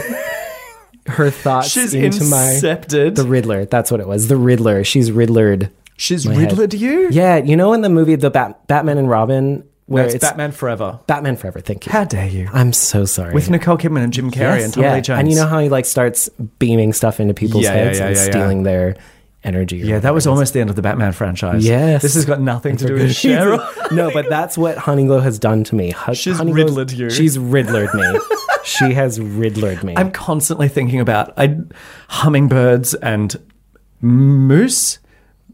S3: her thoughts
S2: She's
S3: into
S2: incepted.
S3: my the Riddler. That's what it was. The Riddler. She's Riddlered.
S2: She's
S3: my head.
S2: riddled you.
S3: Yeah, you know in the movie the Bat- Batman and Robin where
S2: That's
S3: it's
S2: Batman Forever.
S3: Batman Forever. Thank you.
S2: How dare you?
S3: I'm so sorry.
S2: With Nicole Kidman and Jim Carrey
S3: Yes,
S2: and Tommy
S3: yeah.
S2: Lee Jones.
S3: And you know how he like starts beaming stuff into people's
S2: Yeah, yeah,
S3: heads
S2: yeah,
S3: and
S2: yeah, yeah.
S3: stealing their energy. or
S2: yeah, that was
S3: whatever it is.
S2: almost the end of the Batman franchise.
S3: Yes.
S2: This has got nothing to do
S3: Good
S2: with
S3: [LAUGHS]
S2: Cheryl.
S3: Jesus. no, but that's what Honeyglow has done to me. Hu-
S2: She's
S3: Honeyglow's-
S2: riddlered you.
S3: She's riddlered
S2: [LAUGHS]
S3: me. she has riddlered me.
S2: I'm constantly thinking about I, hummingbirds and moose.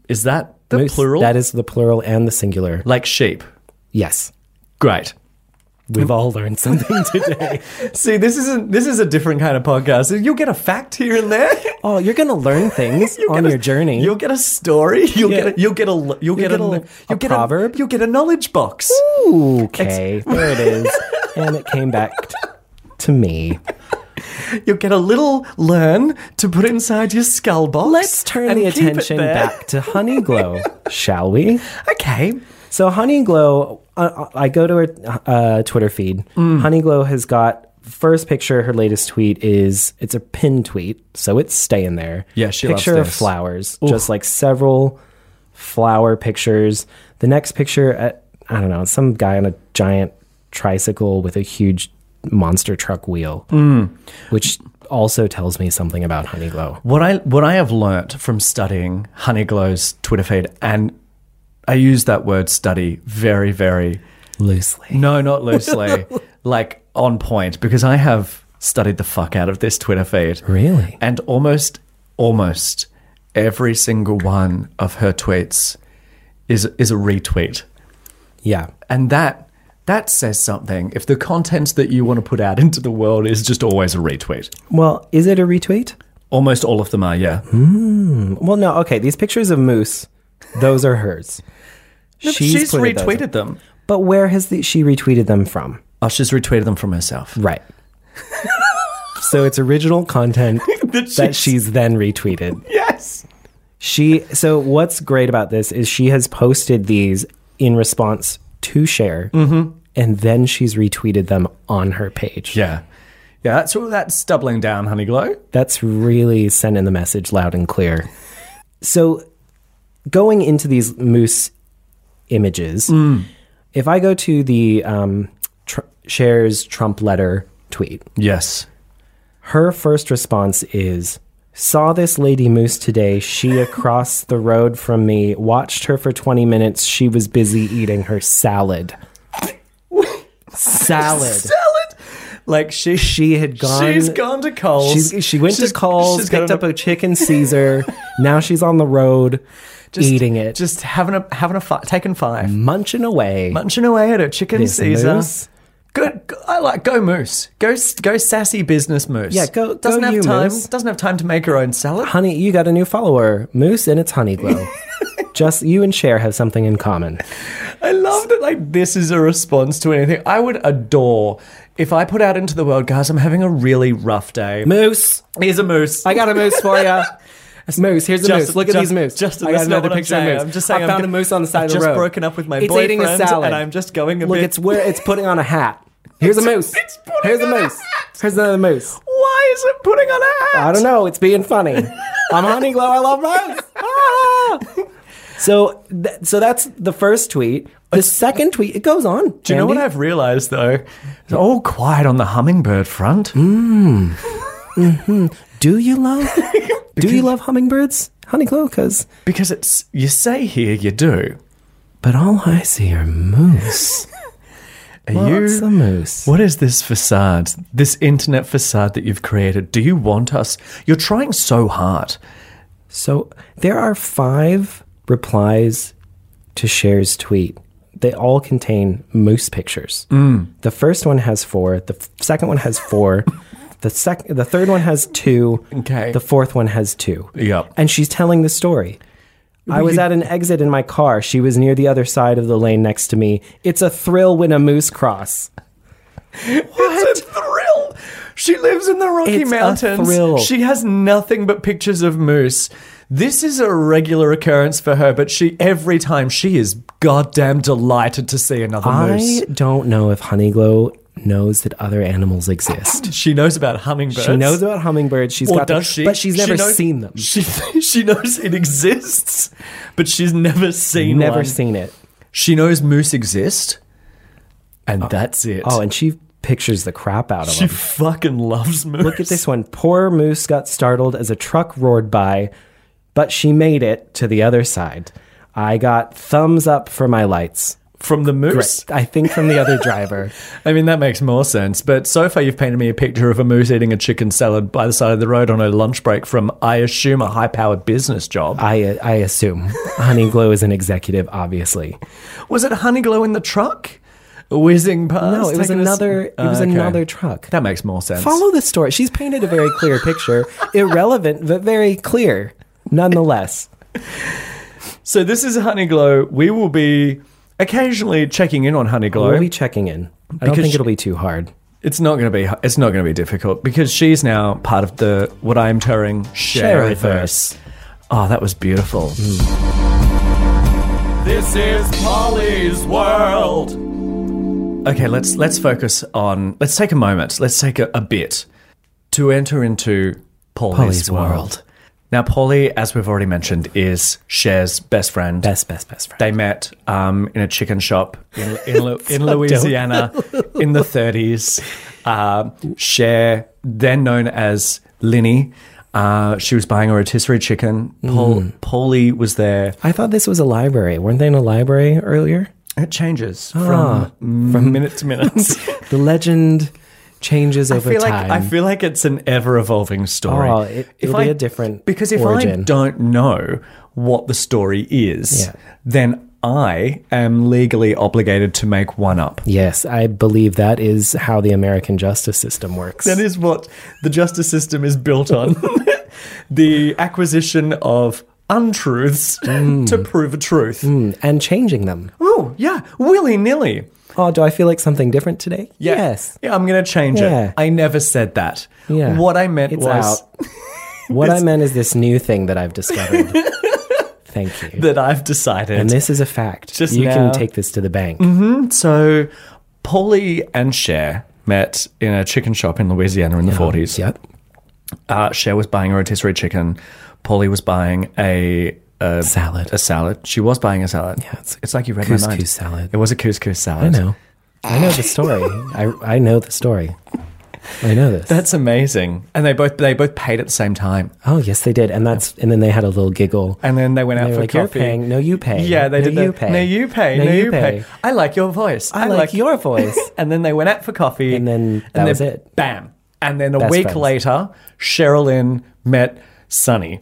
S2: Is that the
S3: Moose,
S2: plural?
S3: That is the plural and the singular.
S2: like sheep.
S3: Yes.
S2: Great. Mm.
S3: We've all learned something [LAUGHS] today.
S2: See, this isn't this is a different kind of podcast. You'll get a fact here and there. [LAUGHS]
S3: oh, you're going to learn [LAUGHS] things
S2: You'll
S3: on
S2: get a-
S3: your journey.
S2: You'll get a story. [LAUGHS] You'll
S3: Yeah.
S2: get a, you'll get a you'll, get,
S3: get
S2: a,
S3: a-
S2: you'll
S3: a
S2: get
S3: proverb.
S2: A, you'll get a knowledge box.
S3: okay, there it is. and it came back t- to me.
S2: You'll get a little learn to put inside your skull box.
S3: Let's turn
S2: and
S3: the
S2: keep it
S3: attention
S2: there.
S3: back to Honeyglow, shall we?
S2: Okay.
S3: So Honeyglow, uh, I go to her uh, Twitter feed.
S2: Mm.
S3: Honeyglow has got first picture. Her latest tweet is it's a pin tweet, so it's staying there.
S2: Yeah, she
S3: picture
S2: loves
S3: of
S2: this.
S3: flowers, just like several flower pictures. The next picture, uh, I don't know, it's some guy on a giant tricycle with a huge monster truck wheel,
S2: Mm.
S3: which also tells me something about Honeyglow.
S2: What I what I have learnt from studying Honeyglow's Twitter feed, and I use that word study very, very
S3: Loosely,
S2: no, not loosely, like on point, because I have studied the fuck out of this Twitter feed.
S3: Really?
S2: And almost almost every single one of her tweets is is a retweet.
S3: yeah.
S2: And that that says something. If the content that you want to put out [LAUGHS] into the world is just always a retweet.
S3: Well, is it a retweet?
S2: Almost all of them are, yeah.
S3: Well, no, okay. These pictures of Moose, those are
S2: [LAUGHS]
S3: hers.
S2: she's
S3: putted those
S2: retweeted
S3: up.
S2: them.
S3: But where has the, she retweeted them from?
S2: Oh, she's retweeted them from herself. [LAUGHS]
S3: Right. so it's original content that,
S2: she's-
S3: she's then retweeted.
S2: Yes.
S3: She so what's great about this is she has posted these in response to share, and then she's retweeted them on her page.
S2: Mm-hmm. Yeah. Yeah, that's that's doubling down, Honeyglow.
S3: That's really sending the message loud and clear. So, going into these moose images,
S2: Mm.
S3: if I go to the um, tr- shares Trump letter tweet,
S2: Yes.
S3: her first response is Saw this lady moose today.
S2: [LAUGHS]
S3: She across the road from me. Watched her for 20 minutes. She was busy eating
S2: [LAUGHS]
S3: her salad. salad.
S2: Salad. Like she,
S3: She had gone.
S2: she's gone to Coles.
S3: She's, she went
S2: She's-
S3: to Cole's,
S2: she's got
S3: picked
S2: an- [LAUGHS]
S3: up a chicken Caesar. now she's on the road eating it,
S2: Just having a having a fi- taking five,
S3: munching away.
S2: munching away at a chicken
S3: This
S2: Caesar.
S3: moose.
S2: Good. I like go moose. Go s- go sassy business moose.
S3: Yeah, go-
S2: doesn't
S3: go
S2: have
S3: you,
S2: time.
S3: moose.
S2: Doesn't have time to make her own salad.
S3: honey, you got a new follower, Moose, and it's Honeyglow. Just you and Cher have something in common.
S2: [LAUGHS] I love that. Like this is a response to anything. I would adore if I put out into the world, guys. I'm having a really rough day.
S3: Moose,
S2: Here's a moose.
S3: I got a moose
S2: [LAUGHS]
S3: for you. Moose, here's a
S2: Just-
S3: moose. Look at
S2: just-
S3: these moose.
S2: Justin,
S3: I got
S2: that's not
S3: another
S2: what I'm
S3: picture of
S2: saying.
S3: moose.
S2: I'm just saying
S3: I
S2: I'm
S3: found
S2: go-
S3: a moose on the side
S2: I've
S3: of the
S2: just
S3: road.
S2: broken up with my
S3: it's eating a
S2: boyfriend,
S3: salad.
S2: and I'm just going a
S3: Look,
S2: bit-
S3: it's where it's putting on a hat. Here's a moose.
S2: [LAUGHS] it's putting
S3: here's a
S2: on a
S3: moose.
S2: hat.
S3: Here's another moose.
S2: Why is it putting on a hat?
S3: I don't know. It's being
S2: [LAUGHS]
S3: funny. I'm Honeyglow. I love moose. Ah! So, th- so that's the first tweet. The second tweet, it goes on.
S2: Do you know what I've realised though? It's all quiet on the hummingbird front.
S3: Mm. Do
S2: [LAUGHS]
S3: you love? do you love hummingbirds, Honeyglow? Because
S2: Because it's you say here you do.
S3: but all I see are moose.
S2: Are
S3: Lots
S2: you
S3: of moose.
S2: what is this facade? This internet facade that you've created? Do you want us? You're trying so hard.
S3: So there are five replies to Cher's tweet. They all contain moose pictures.
S2: Mm.
S3: The first one has four. The f- second one
S2: [LAUGHS]
S3: has four. the sec- the third one has two.
S2: Okay.
S3: The fourth one has two.
S2: Yep.
S3: And she's telling the story. I was at an exit in my car. She was near the other side of the lane next to me. It's a thrill when a moose cross.
S2: It's a thrill. She lives in the Rocky
S3: It's a
S2: Mountains.
S3: thrill.
S2: She has nothing but pictures of moose. This is a regular occurrence for her, but she every time she is goddamn delighted to see another moose.
S3: I don't know if Honeyglow knows that other animals exist.
S2: She knows about hummingbirds.
S3: She knows about hummingbirds. She's
S2: Or
S3: got, the-
S2: does she?
S3: but she's
S2: She
S3: never
S2: knows-
S3: seen
S2: [LAUGHS]
S3: them.
S2: She she knows it exists, but she's never seen
S3: never
S2: one.
S3: seen it.
S2: She knows moose exist, and that's it.
S3: Oh, and she pictures the crap out of
S2: she
S3: them.
S2: fucking loves moose.
S3: Look at this one. Poor Moose got startled as a truck roared by, but she made it to the other side. I got thumbs up for my lights.
S2: from the moose.
S3: I think from the other
S2: [LAUGHS]
S3: driver.
S2: I mean, that makes more sense. But so far, you've painted me a picture of a moose eating a chicken salad by the side of the road on her lunch break from, I assume, a high-powered business job.
S3: I I assume Honeyglow is an executive, obviously.
S2: Was it Honeyglow in the truck, whizzing past?
S3: No, it was
S2: Oh, taking a s-
S3: another. It was
S2: Ah, okay.
S3: another truck.
S2: That makes more sense.
S3: Follow the story. She's painted a very clear picture.
S2: [LAUGHS]
S3: Irrelevant, but very clear, nonetheless.
S2: So this is Honeyglow. We will be occasionally checking in on Honeyglow.
S3: We'll be checking in. I don't
S2: Because
S3: think
S2: she-
S3: it'll be too hard.
S2: It's not going to be. It's not going to be difficult because she's now part of the what I'm touring Shareiverse.
S3: Shareiverse.
S2: Oh, that was beautiful. Hmm. This is Polly's world. Okay, let's let's focus on. Let's take a moment. Let's take a, a bit to enter into Polly's,
S3: Polly's
S2: world.
S3: world.
S2: Now, Polly, as we've already mentioned, is Cher's best friend.
S3: Best, best, best friend.
S2: They met um, in a chicken shop in, in,
S3: [LAUGHS]
S2: Lu- in Louisiana [LAUGHS] in the 30s. Um, Cher, then known as Linny, uh, she was buying a rotisserie chicken. Paul,
S3: Hmm.
S2: Paulie was there.
S3: I thought this was a library. Weren't they in a library earlier?
S2: It changes
S3: Ah.
S2: from, [LAUGHS] from minute to minute.
S3: The legend changes
S2: I
S3: over
S2: feel
S3: time.
S2: like I feel like it's an ever evolving story.
S3: Oh, it-
S2: If
S3: it'll
S2: I-
S3: be a different
S2: because if I
S3: origin.
S2: don't know what the story is,
S3: Yeah.
S2: then I am legally obligated to make one up.
S3: yes, I believe that is how the American justice system works.
S2: That is what the justice system is built on [LAUGHS] the acquisition of untruths
S3: Hmm.
S2: to prove a truth.
S3: and changing them.
S2: Oh, yeah, willy nilly.
S3: Oh, do I feel like something different today?
S2: [LAUGHS]
S3: Yes.
S2: Yeah, I'm going to change
S3: Yeah.
S2: it. I never said that.
S3: Yeah.
S2: What I meant
S3: It's
S2: was
S3: out. What I meant is this new thing that
S2: [LAUGHS]
S3: I've discovered. Thank you.
S2: that I've decided.
S3: and this is a fact.
S2: Just
S3: you
S2: now. Mm-hmm.
S3: can take this to the bank.
S2: so, Polly and Cher met in a chicken shop in Louisiana in the 40s.
S3: Yep.
S2: Uh, Cher was buying a rotisserie chicken. Polly was buying a, a
S3: Salad.
S2: A salad. She was buying a salad. Yeah,
S3: it's
S2: like you read my mind.
S3: couscous salad.
S2: It was a couscous
S3: I
S2: salad.
S3: know. I know the story. I I know the story. I know this.
S2: That's amazing. And they both they both paid at the same time.
S3: oh, yes, they did. And that's and then they had a little giggle.
S2: And then they went
S3: And
S2: out
S3: they
S2: for
S3: were like,
S2: coffee.
S3: "You're paying. No, you pay.
S2: Yeah, they
S3: No,
S2: did
S3: you
S2: that.
S3: pay.
S2: No, you pay. No, you pay. I like your voice.
S3: I
S2: [LAUGHS]
S3: like your voice."
S2: and then they went out for coffee.
S3: And then that was it.
S2: Bam. And then a
S3: Best
S2: week
S3: friends.
S2: later, Sherilyn met Sunny.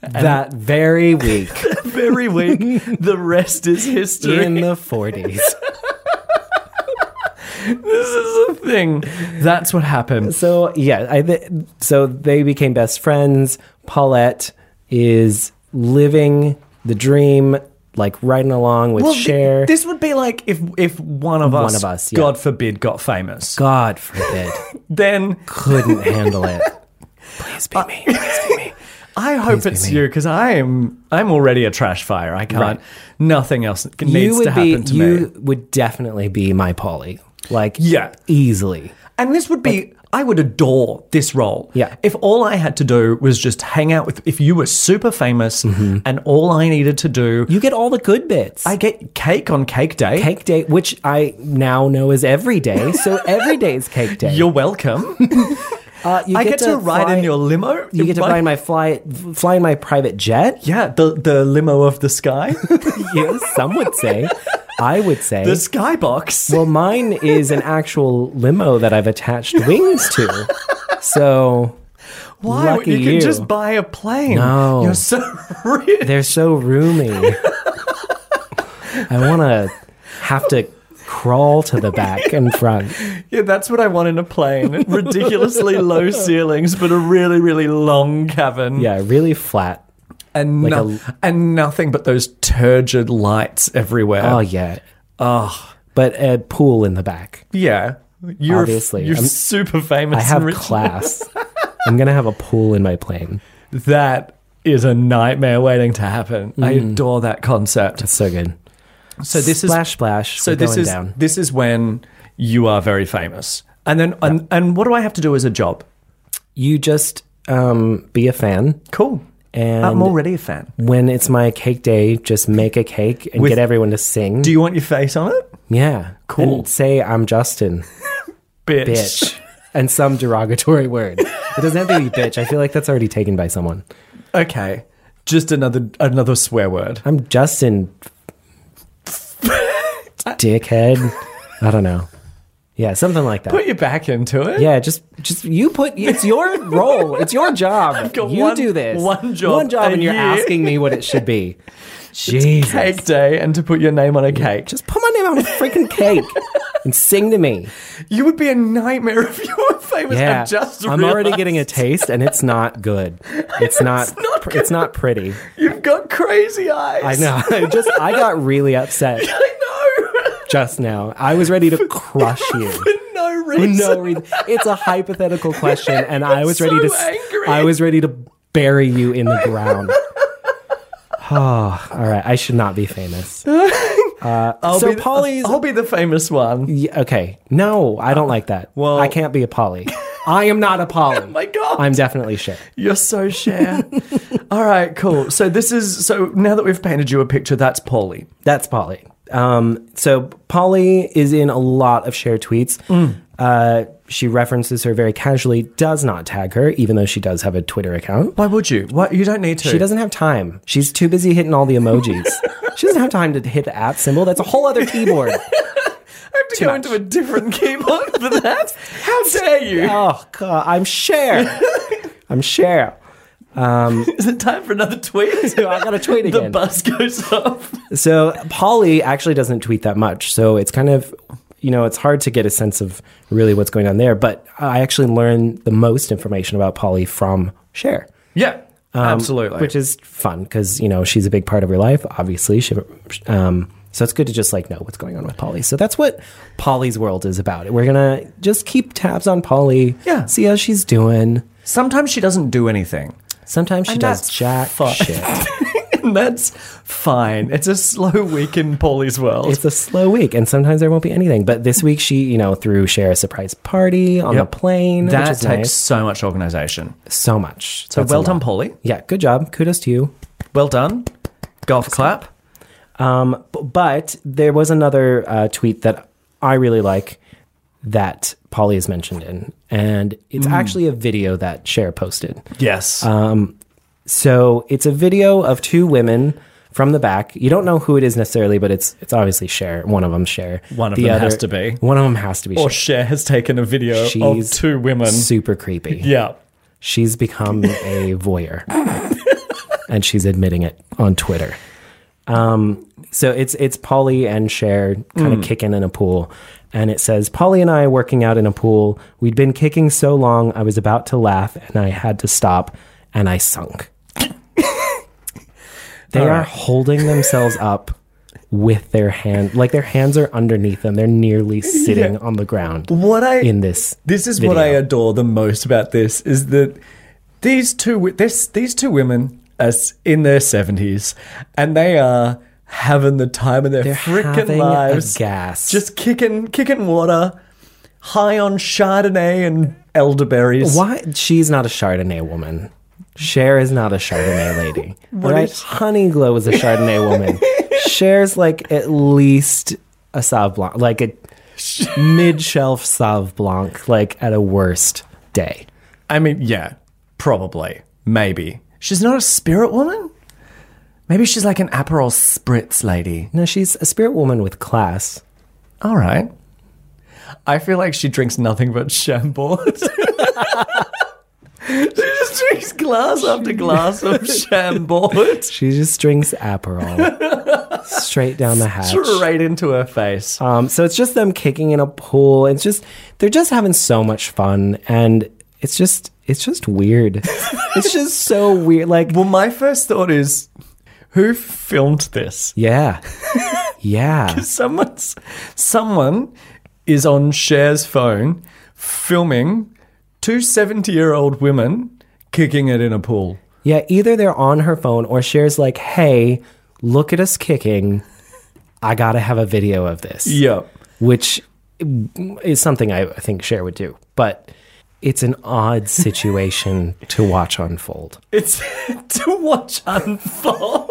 S3: that very week
S2: [LAUGHS] Very weak.
S3: [LAUGHS]
S2: the rest is history.
S3: in the 40s.
S2: this is a thing. That's what happened.
S3: So yeah, I th- so they became best friends. Paulette is living the dream, like riding along with
S2: thi-
S3: Cher.
S2: this would be like if if one of
S3: One
S2: us,
S3: of us, yeah.
S2: God forbid, got famous.
S3: God forbid,
S2: Then
S3: couldn't handle it. Please
S2: Uh,
S3: be
S2: [LAUGHS]
S3: me. Please be me.
S2: I hope
S3: be
S2: it's
S3: me.
S2: you because I am I'm already a trash fire. I can't.
S3: Right.
S2: Nothing else needs
S3: You
S2: to
S3: would
S2: happen
S3: be.
S2: to me.
S3: You would definitely be my Polly. Like
S2: Yeah.
S3: easily.
S2: And this would be, I would adore this role.
S3: Yeah.
S2: If all I had to do was just hang out with, if you were super famous and all I needed to do,
S3: Mm-hmm. You get all the good bits.
S2: I get cake on cake day.
S3: cake day, which I now know is every day.
S2: [LAUGHS]
S3: So every day is cake day.
S2: You're
S3: [LAUGHS]
S2: welcome.
S3: Uh, you
S2: I get to, ride
S3: fly-
S2: in your limo.
S3: You get to ride my fly, fly in my private jet.
S2: [LAUGHS] Yeah, the, the limo of the
S3: [LAUGHS]
S2: sky,
S3: yes, some would say. I would say.
S2: the skybox.
S3: well, mine is an actual limo that I've attached wings to. So
S2: Why?
S3: lucky
S2: you can
S3: you.
S2: just buy a plane.
S3: No.
S2: You're so [LAUGHS] rich.
S3: they're so roomy. I want to have to crawl to the back and front.
S2: Yeah, that's what I want in a
S3: [LAUGHS]
S2: plane. Ridiculously low ceilings, but a really, really long cavern.
S3: Yeah, really flat.
S2: and
S3: Like
S2: no- and nothing but those turgid lights everywhere.
S3: Oh yeah.
S2: Uh, Oh,
S3: But a pool in the back.
S2: yeah. You're
S3: Obviously,
S2: you're
S3: I'm-
S2: super famous.
S3: I have
S2: and rich. [LAUGHS]
S3: class. I'm going to have a pool in my plane.
S2: That is a nightmare waiting to happen. I
S3: Mm.
S2: adore that concept.
S3: That's so good.
S2: So this is
S3: splash splash.
S2: so
S3: We're
S2: this
S3: going
S2: is
S3: down.
S2: this is when you are very famous. And then and, and what do I have to do as a job?
S3: You just um, be a fan
S2: Cool.
S3: and
S2: I'm already a fan.
S3: when it's my cake day, just make a cake and
S2: With-
S3: get everyone to sing.
S2: Do you want your face on it?
S3: yeah,
S2: Cool.
S3: And say I'm Justin,
S2: Bitch. [LAUGHS]
S3: bitch, and some derogatory word. It doesn't have to be bitch. I feel like that's already taken by someone.
S2: Okay. Just another another swear word.
S3: I'm
S2: [LAUGHS]
S3: Justin, dickhead. I don't know. Yeah, something like that.
S2: Put your back into it.
S3: yeah, just just you put it's your role,
S2: [LAUGHS]
S3: it's your job.
S2: got
S3: you
S2: one-
S3: do this
S2: one job
S3: one job,
S2: a
S3: and you're
S2: year.
S3: asking me what it
S2: [LAUGHS]
S3: should be. Jesus,
S2: Cake day and to put your name on a cake.
S3: just put my name on a freaking cake and sing
S2: [LAUGHS]
S3: to me.
S2: You would be a nightmare [LAUGHS] if you were famous.
S3: Yeah,
S2: I've just
S3: I'm already
S2: realised
S3: getting a taste, and it's not good.
S2: [LAUGHS]
S3: It's not.
S2: not
S3: pr- It's not pretty.
S2: You've got crazy [LAUGHS]
S3: I
S2: eyes.
S3: know. [LAUGHS] I just I got
S2: [LAUGHS]
S3: really upset
S2: I
S3: just now. I was ready to crush
S2: [LAUGHS]
S3: you.
S2: know. For [LAUGHS] no
S3: For
S2: reason.
S3: no reason. It's a hypothetical question, and I was ready to.
S2: so angry.
S3: I was ready to bury you in the ground. [SIGHS] Oh, all right. I should not
S2: [LAUGHS]
S3: be famous. Uh,
S2: I'll
S3: so
S2: be,
S3: Polly's-
S2: I'll be the famous one.
S3: Y- okay. No, I don't like that.
S2: well- Oh
S3: I can't be a Polly. I am not
S2: [LAUGHS]
S3: a Polly.
S2: My God,
S3: I'm definitely shit.
S2: you're so [LAUGHS] share. All right, cool. So this is so now that we've painted you a picture, that's Polly.
S3: That's Polly. Um, so Polly is in a lot of share tweets.
S2: Mm.
S3: Uh, she references her very casually, does not tag her, even though she does have a Twitter account.
S2: Why would you? Why you don't need to?
S3: She doesn't have time. She's too busy hitting all the emojis.
S2: [LAUGHS]
S3: she doesn't have time to hit the at symbol. That's a whole other keyboard.
S2: I have to go
S3: much.
S2: into a [LAUGHS] different keyboard for that. [LAUGHS] How dare you?
S3: oh god,
S2: [LAUGHS]
S3: I'm share. I'm share.
S2: Is it time for another tweet?
S3: I gotta tweet
S2: [LAUGHS] the
S3: again.
S2: bus goes off.
S3: So Polly actually doesn't tweet that much. So it's kind of, you know, it's hard to get a sense of really what's going on there. But I actually learned the most information about Polly from Cher.
S2: Yeah, um, absolutely.
S3: Um, Which is fun because, you know, she's a big part of her life, obviously. She, um, so it's good to just like know what's going on with Polly. So that's what Polly's world is about. We're going to just keep tabs on Polly.
S2: Yeah.
S3: See how she's doing.
S2: sometimes she doesn't do anything.
S3: Sometimes she
S2: And
S3: does
S2: that's
S3: jack
S2: fun.
S3: shit.
S2: [LAUGHS] And that's fine. It's a slow week in Polly's world.
S3: it's a slow week, and sometimes there won't be anything. But this week, she, you know, threw share a surprise party on
S2: Yep.
S3: the plane.
S2: that
S3: which is
S2: takes
S3: nice.
S2: so much organization.
S3: so much.
S2: So
S3: That's a
S2: well
S3: lot.
S2: done, Polly.
S3: Yeah, good job. Kudos to you.
S2: Well done. Golf clap.
S3: B- but there was another uh, tweet that I really like. that Polly is mentioned in, and it's
S2: Mm.
S3: actually a video that Cher posted.
S2: Yes.
S3: So it's a video of two women from the back. You don't know who it is necessarily, but it's it's obviously Cher. One of them Cher.
S2: One of them has to be.
S3: One of them has to be.
S2: or
S3: Cher.
S2: Cher has taken a video of
S3: She's
S2: two women.
S3: Super creepy.
S2: [LAUGHS] yeah.
S3: She's become a
S2: [LAUGHS]
S3: voyeur, and she's admitting it on Twitter. Um, so it's it's Polly and Cher kind
S2: Mm.
S3: of kicking in a pool, and it says Polly and I working out in a pool. We'd been kicking so long, I was about to laugh, and I had to stop, and
S2: [LAUGHS]
S3: I sunk. they are holding themselves up with their hand, like their hands are underneath them. They're nearly sitting on the ground.
S2: What I
S3: in this?
S2: This is what
S3: video.
S2: I adore the most about this is that these two wi- this these two women are s- in their seventies and they are having the time of their
S3: They're
S2: freaking
S3: having a
S2: lives.
S3: gas.
S2: Just kicking kicking water, high on Chardonnay and elderberries.
S3: Why she's not a Chardonnay woman. Cher is not a Chardonnay lady. All right? Honey Glow is a Chardonnay woman. Cher's like at least a Sauv Blanc, like a mid shelf Sauv Blanc, like at a worst day.
S2: I mean, yeah, probably, maybe. She's not a spirit woman. Maybe she's like an Aperol spritz lady.
S3: No, she's a spirit woman with class.
S2: All right. I feel like she drinks nothing but Chambord. she just drinks glass after glass of Chambord
S3: She just drinks Aperol straight down the hatch.
S2: straight into her face.
S3: Um, so it's just them kicking in a pool. It's just they're just having so much fun, and it's just it's just weird. it's just so weird. Like
S2: Well, my first thought is who filmed this? [LAUGHS]
S3: yeah, yeah.
S2: Someone's, someone is on Cher's phone filming two 70 year old women kicking it in a pool.
S3: Yeah, either they're on her phone or shares like, "Hey, look at us kicking. I got to have a video of this."
S2: Yep.
S3: Which is something I think Cher would do. But it's an odd situation to watch unfold.
S2: It's [LAUGHS] to watch unfold.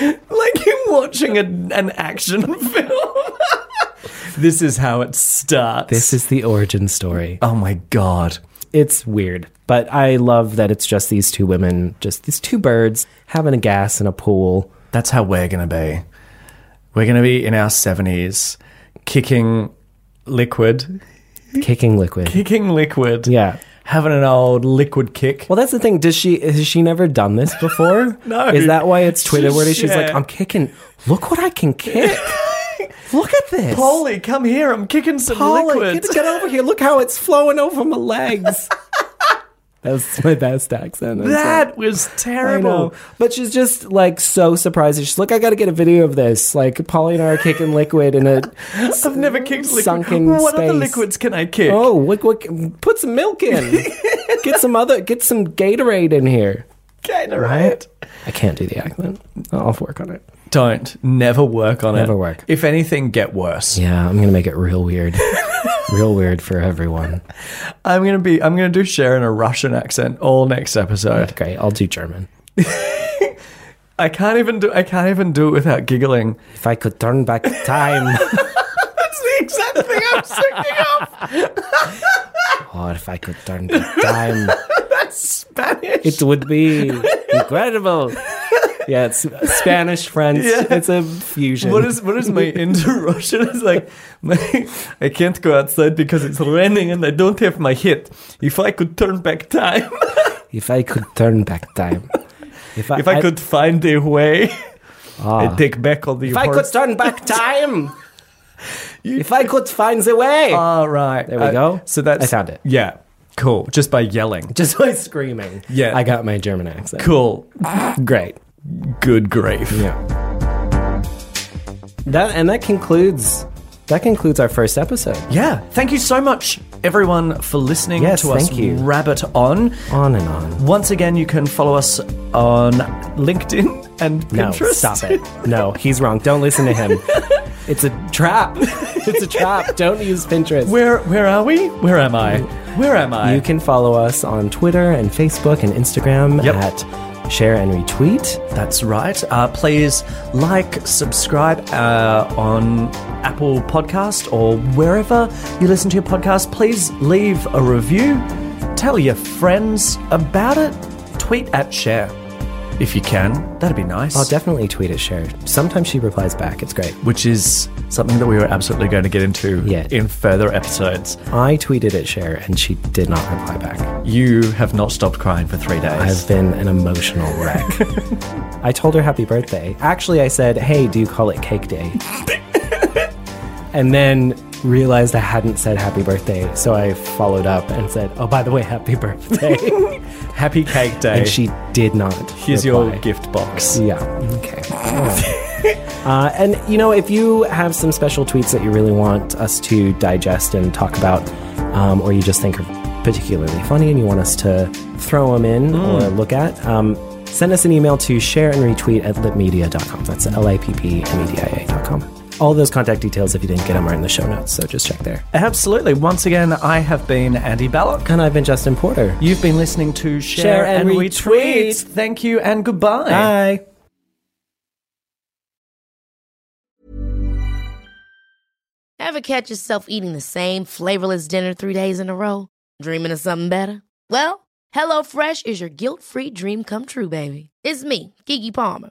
S2: like you're watching a, an action film. [LAUGHS] this is how it starts.
S3: This is the origin story.
S2: Oh my god.
S3: it's weird, but I love that it's just these two women, just these two birds having a gas in a pool.
S2: That's how we're going to be. We're going to be in our 70s kicking liquid,
S3: Kicking liquid.
S2: kicking liquid.
S3: Yeah.
S2: Having an old liquid kick.
S3: Well, that's the thing. Does she has she never done this before?
S2: [LAUGHS] No.
S3: Is that why it's Twitter worthy? She's like,
S2: Yeah.
S3: I'm kicking. Look what I
S2: [LAUGHS]
S3: can kick. Look at this.
S2: Polly, come here. I'm kicking some
S3: Polly,
S2: liquid.
S3: get, get over here. Look how it's flowing over my
S2: [LAUGHS]
S3: legs. that's my best accent. I'm sorry.
S2: That was
S3: I know.
S2: terrible.
S3: But she's just like so surprised. She's like, I got to get a video of this. Like, Polly and I are kicking liquid in a.
S2: I've never kicked liquid.
S3: Sunken
S2: what other
S3: space.
S2: liquids can I kick?
S3: [LAUGHS] Oh, what, what, put some milk [LAUGHS] in. get some other. Get some Gatorade in here.
S2: Kinda right.
S3: I can't do the accent. I'll work on it.
S2: Don't. Never work on it.
S3: Never work.
S2: If anything, get worse.
S3: Yeah, I'm gonna make it real weird. [LAUGHS] real weird for everyone.
S2: I'm gonna be. I'm gonna do Cher in a Russian accent all next episode.
S3: Great. I'll do German.
S2: I can't even do. I can't even do it without giggling.
S3: If I could turn back [LAUGHS] time,
S2: That's the exact thing I was thinking of.
S3: or Oh, if I could turn back time, [LAUGHS]
S2: Spanish.
S3: it would [LAUGHS] be incredible. Yeah, it's Spanish French. It's a fusion.
S2: What is what is my into Russian? It's like my, I can't go outside because it's raining and I don't have my hat. If I could turn back time, [LAUGHS]
S3: if I could turn back [LAUGHS] time?
S2: if I, could find a way, I'd take back all the.
S3: Ah. If I could turn [LAUGHS] back time. if I could find the way.
S2: All right.
S3: There we
S2: Uh,
S3: go.
S2: So that's
S3: I found it.
S2: Yeah. Cool. Just by yelling.
S3: Just by screaming.
S2: Yeah.
S3: I got my German accent.
S2: Cool.
S3: Great.
S2: Good grief.
S3: Yeah. That and that concludes that concludes our first episode.
S2: Yeah. Thank you so much, everyone, for listening
S3: Yes,
S2: to us
S3: thank you.
S2: rabbit on.
S3: On and on.
S2: Once again, you can follow us on LinkedIn and
S3: No,
S2: Pinterest.
S3: stop it. No, he's wrong. Don't listen to [LAUGHS] him. it's a [LAUGHS] trap. It's a trap. Don't use Pinterest.
S2: [LAUGHS] Where where are we? Where am I? Where am I?
S3: you can follow us on Twitter and Facebook and Instagram
S2: Yep.
S3: at share, and retweet.
S2: That's right. Uh, please like, subscribe uh, on Apple Podcast or wherever you listen to your podcast. Please leave a review. Tell your friends about it. Tweet at share if you can. That'd be nice.
S3: I'll definitely tweet at share. Sometimes she replies back. It's great.
S2: Which is something that we were absolutely going to get into
S3: Yeah.
S2: in further episodes.
S3: I tweeted at share, and she did not reply back.
S2: You have not stopped crying for three days.
S3: I've been an emotional wreck. I told her happy birthday. Actually, I said, "Hey, do you call it cake day?" and then realized I hadn't said happy birthday, so I followed up and said, "Oh, by the way, happy [LAUGHS] birthday."
S2: Happy Cake Day.
S3: and she did not.
S2: Here's
S3: reply.
S2: your gift box.
S3: Yeah. Okay. [LAUGHS] uh, and you know, if you have some special tweets that you really want us to digest and talk about, um, or you just think are particularly funny and you want us to throw them in or look at, um, send us an email to share and retweet at lipmedia.com. That's L I P P M E D I A.com. All those contact details, if you didn't get them, are in the show notes, so just check there.
S2: Absolutely. Once again, I have been Andy Ballock.
S3: And I've been Justin Porter.
S2: You've been listening to Share,
S3: Share
S2: and,
S3: and
S2: Retweet.
S3: Retweet.
S2: Thank you and goodbye.
S3: Bye.
S5: Ever catch yourself eating the same flavorless dinner three days in a row? Dreaming of something better? Well, HelloFresh is your guilt-free dream come true, baby. It's me, Kiki Palmer.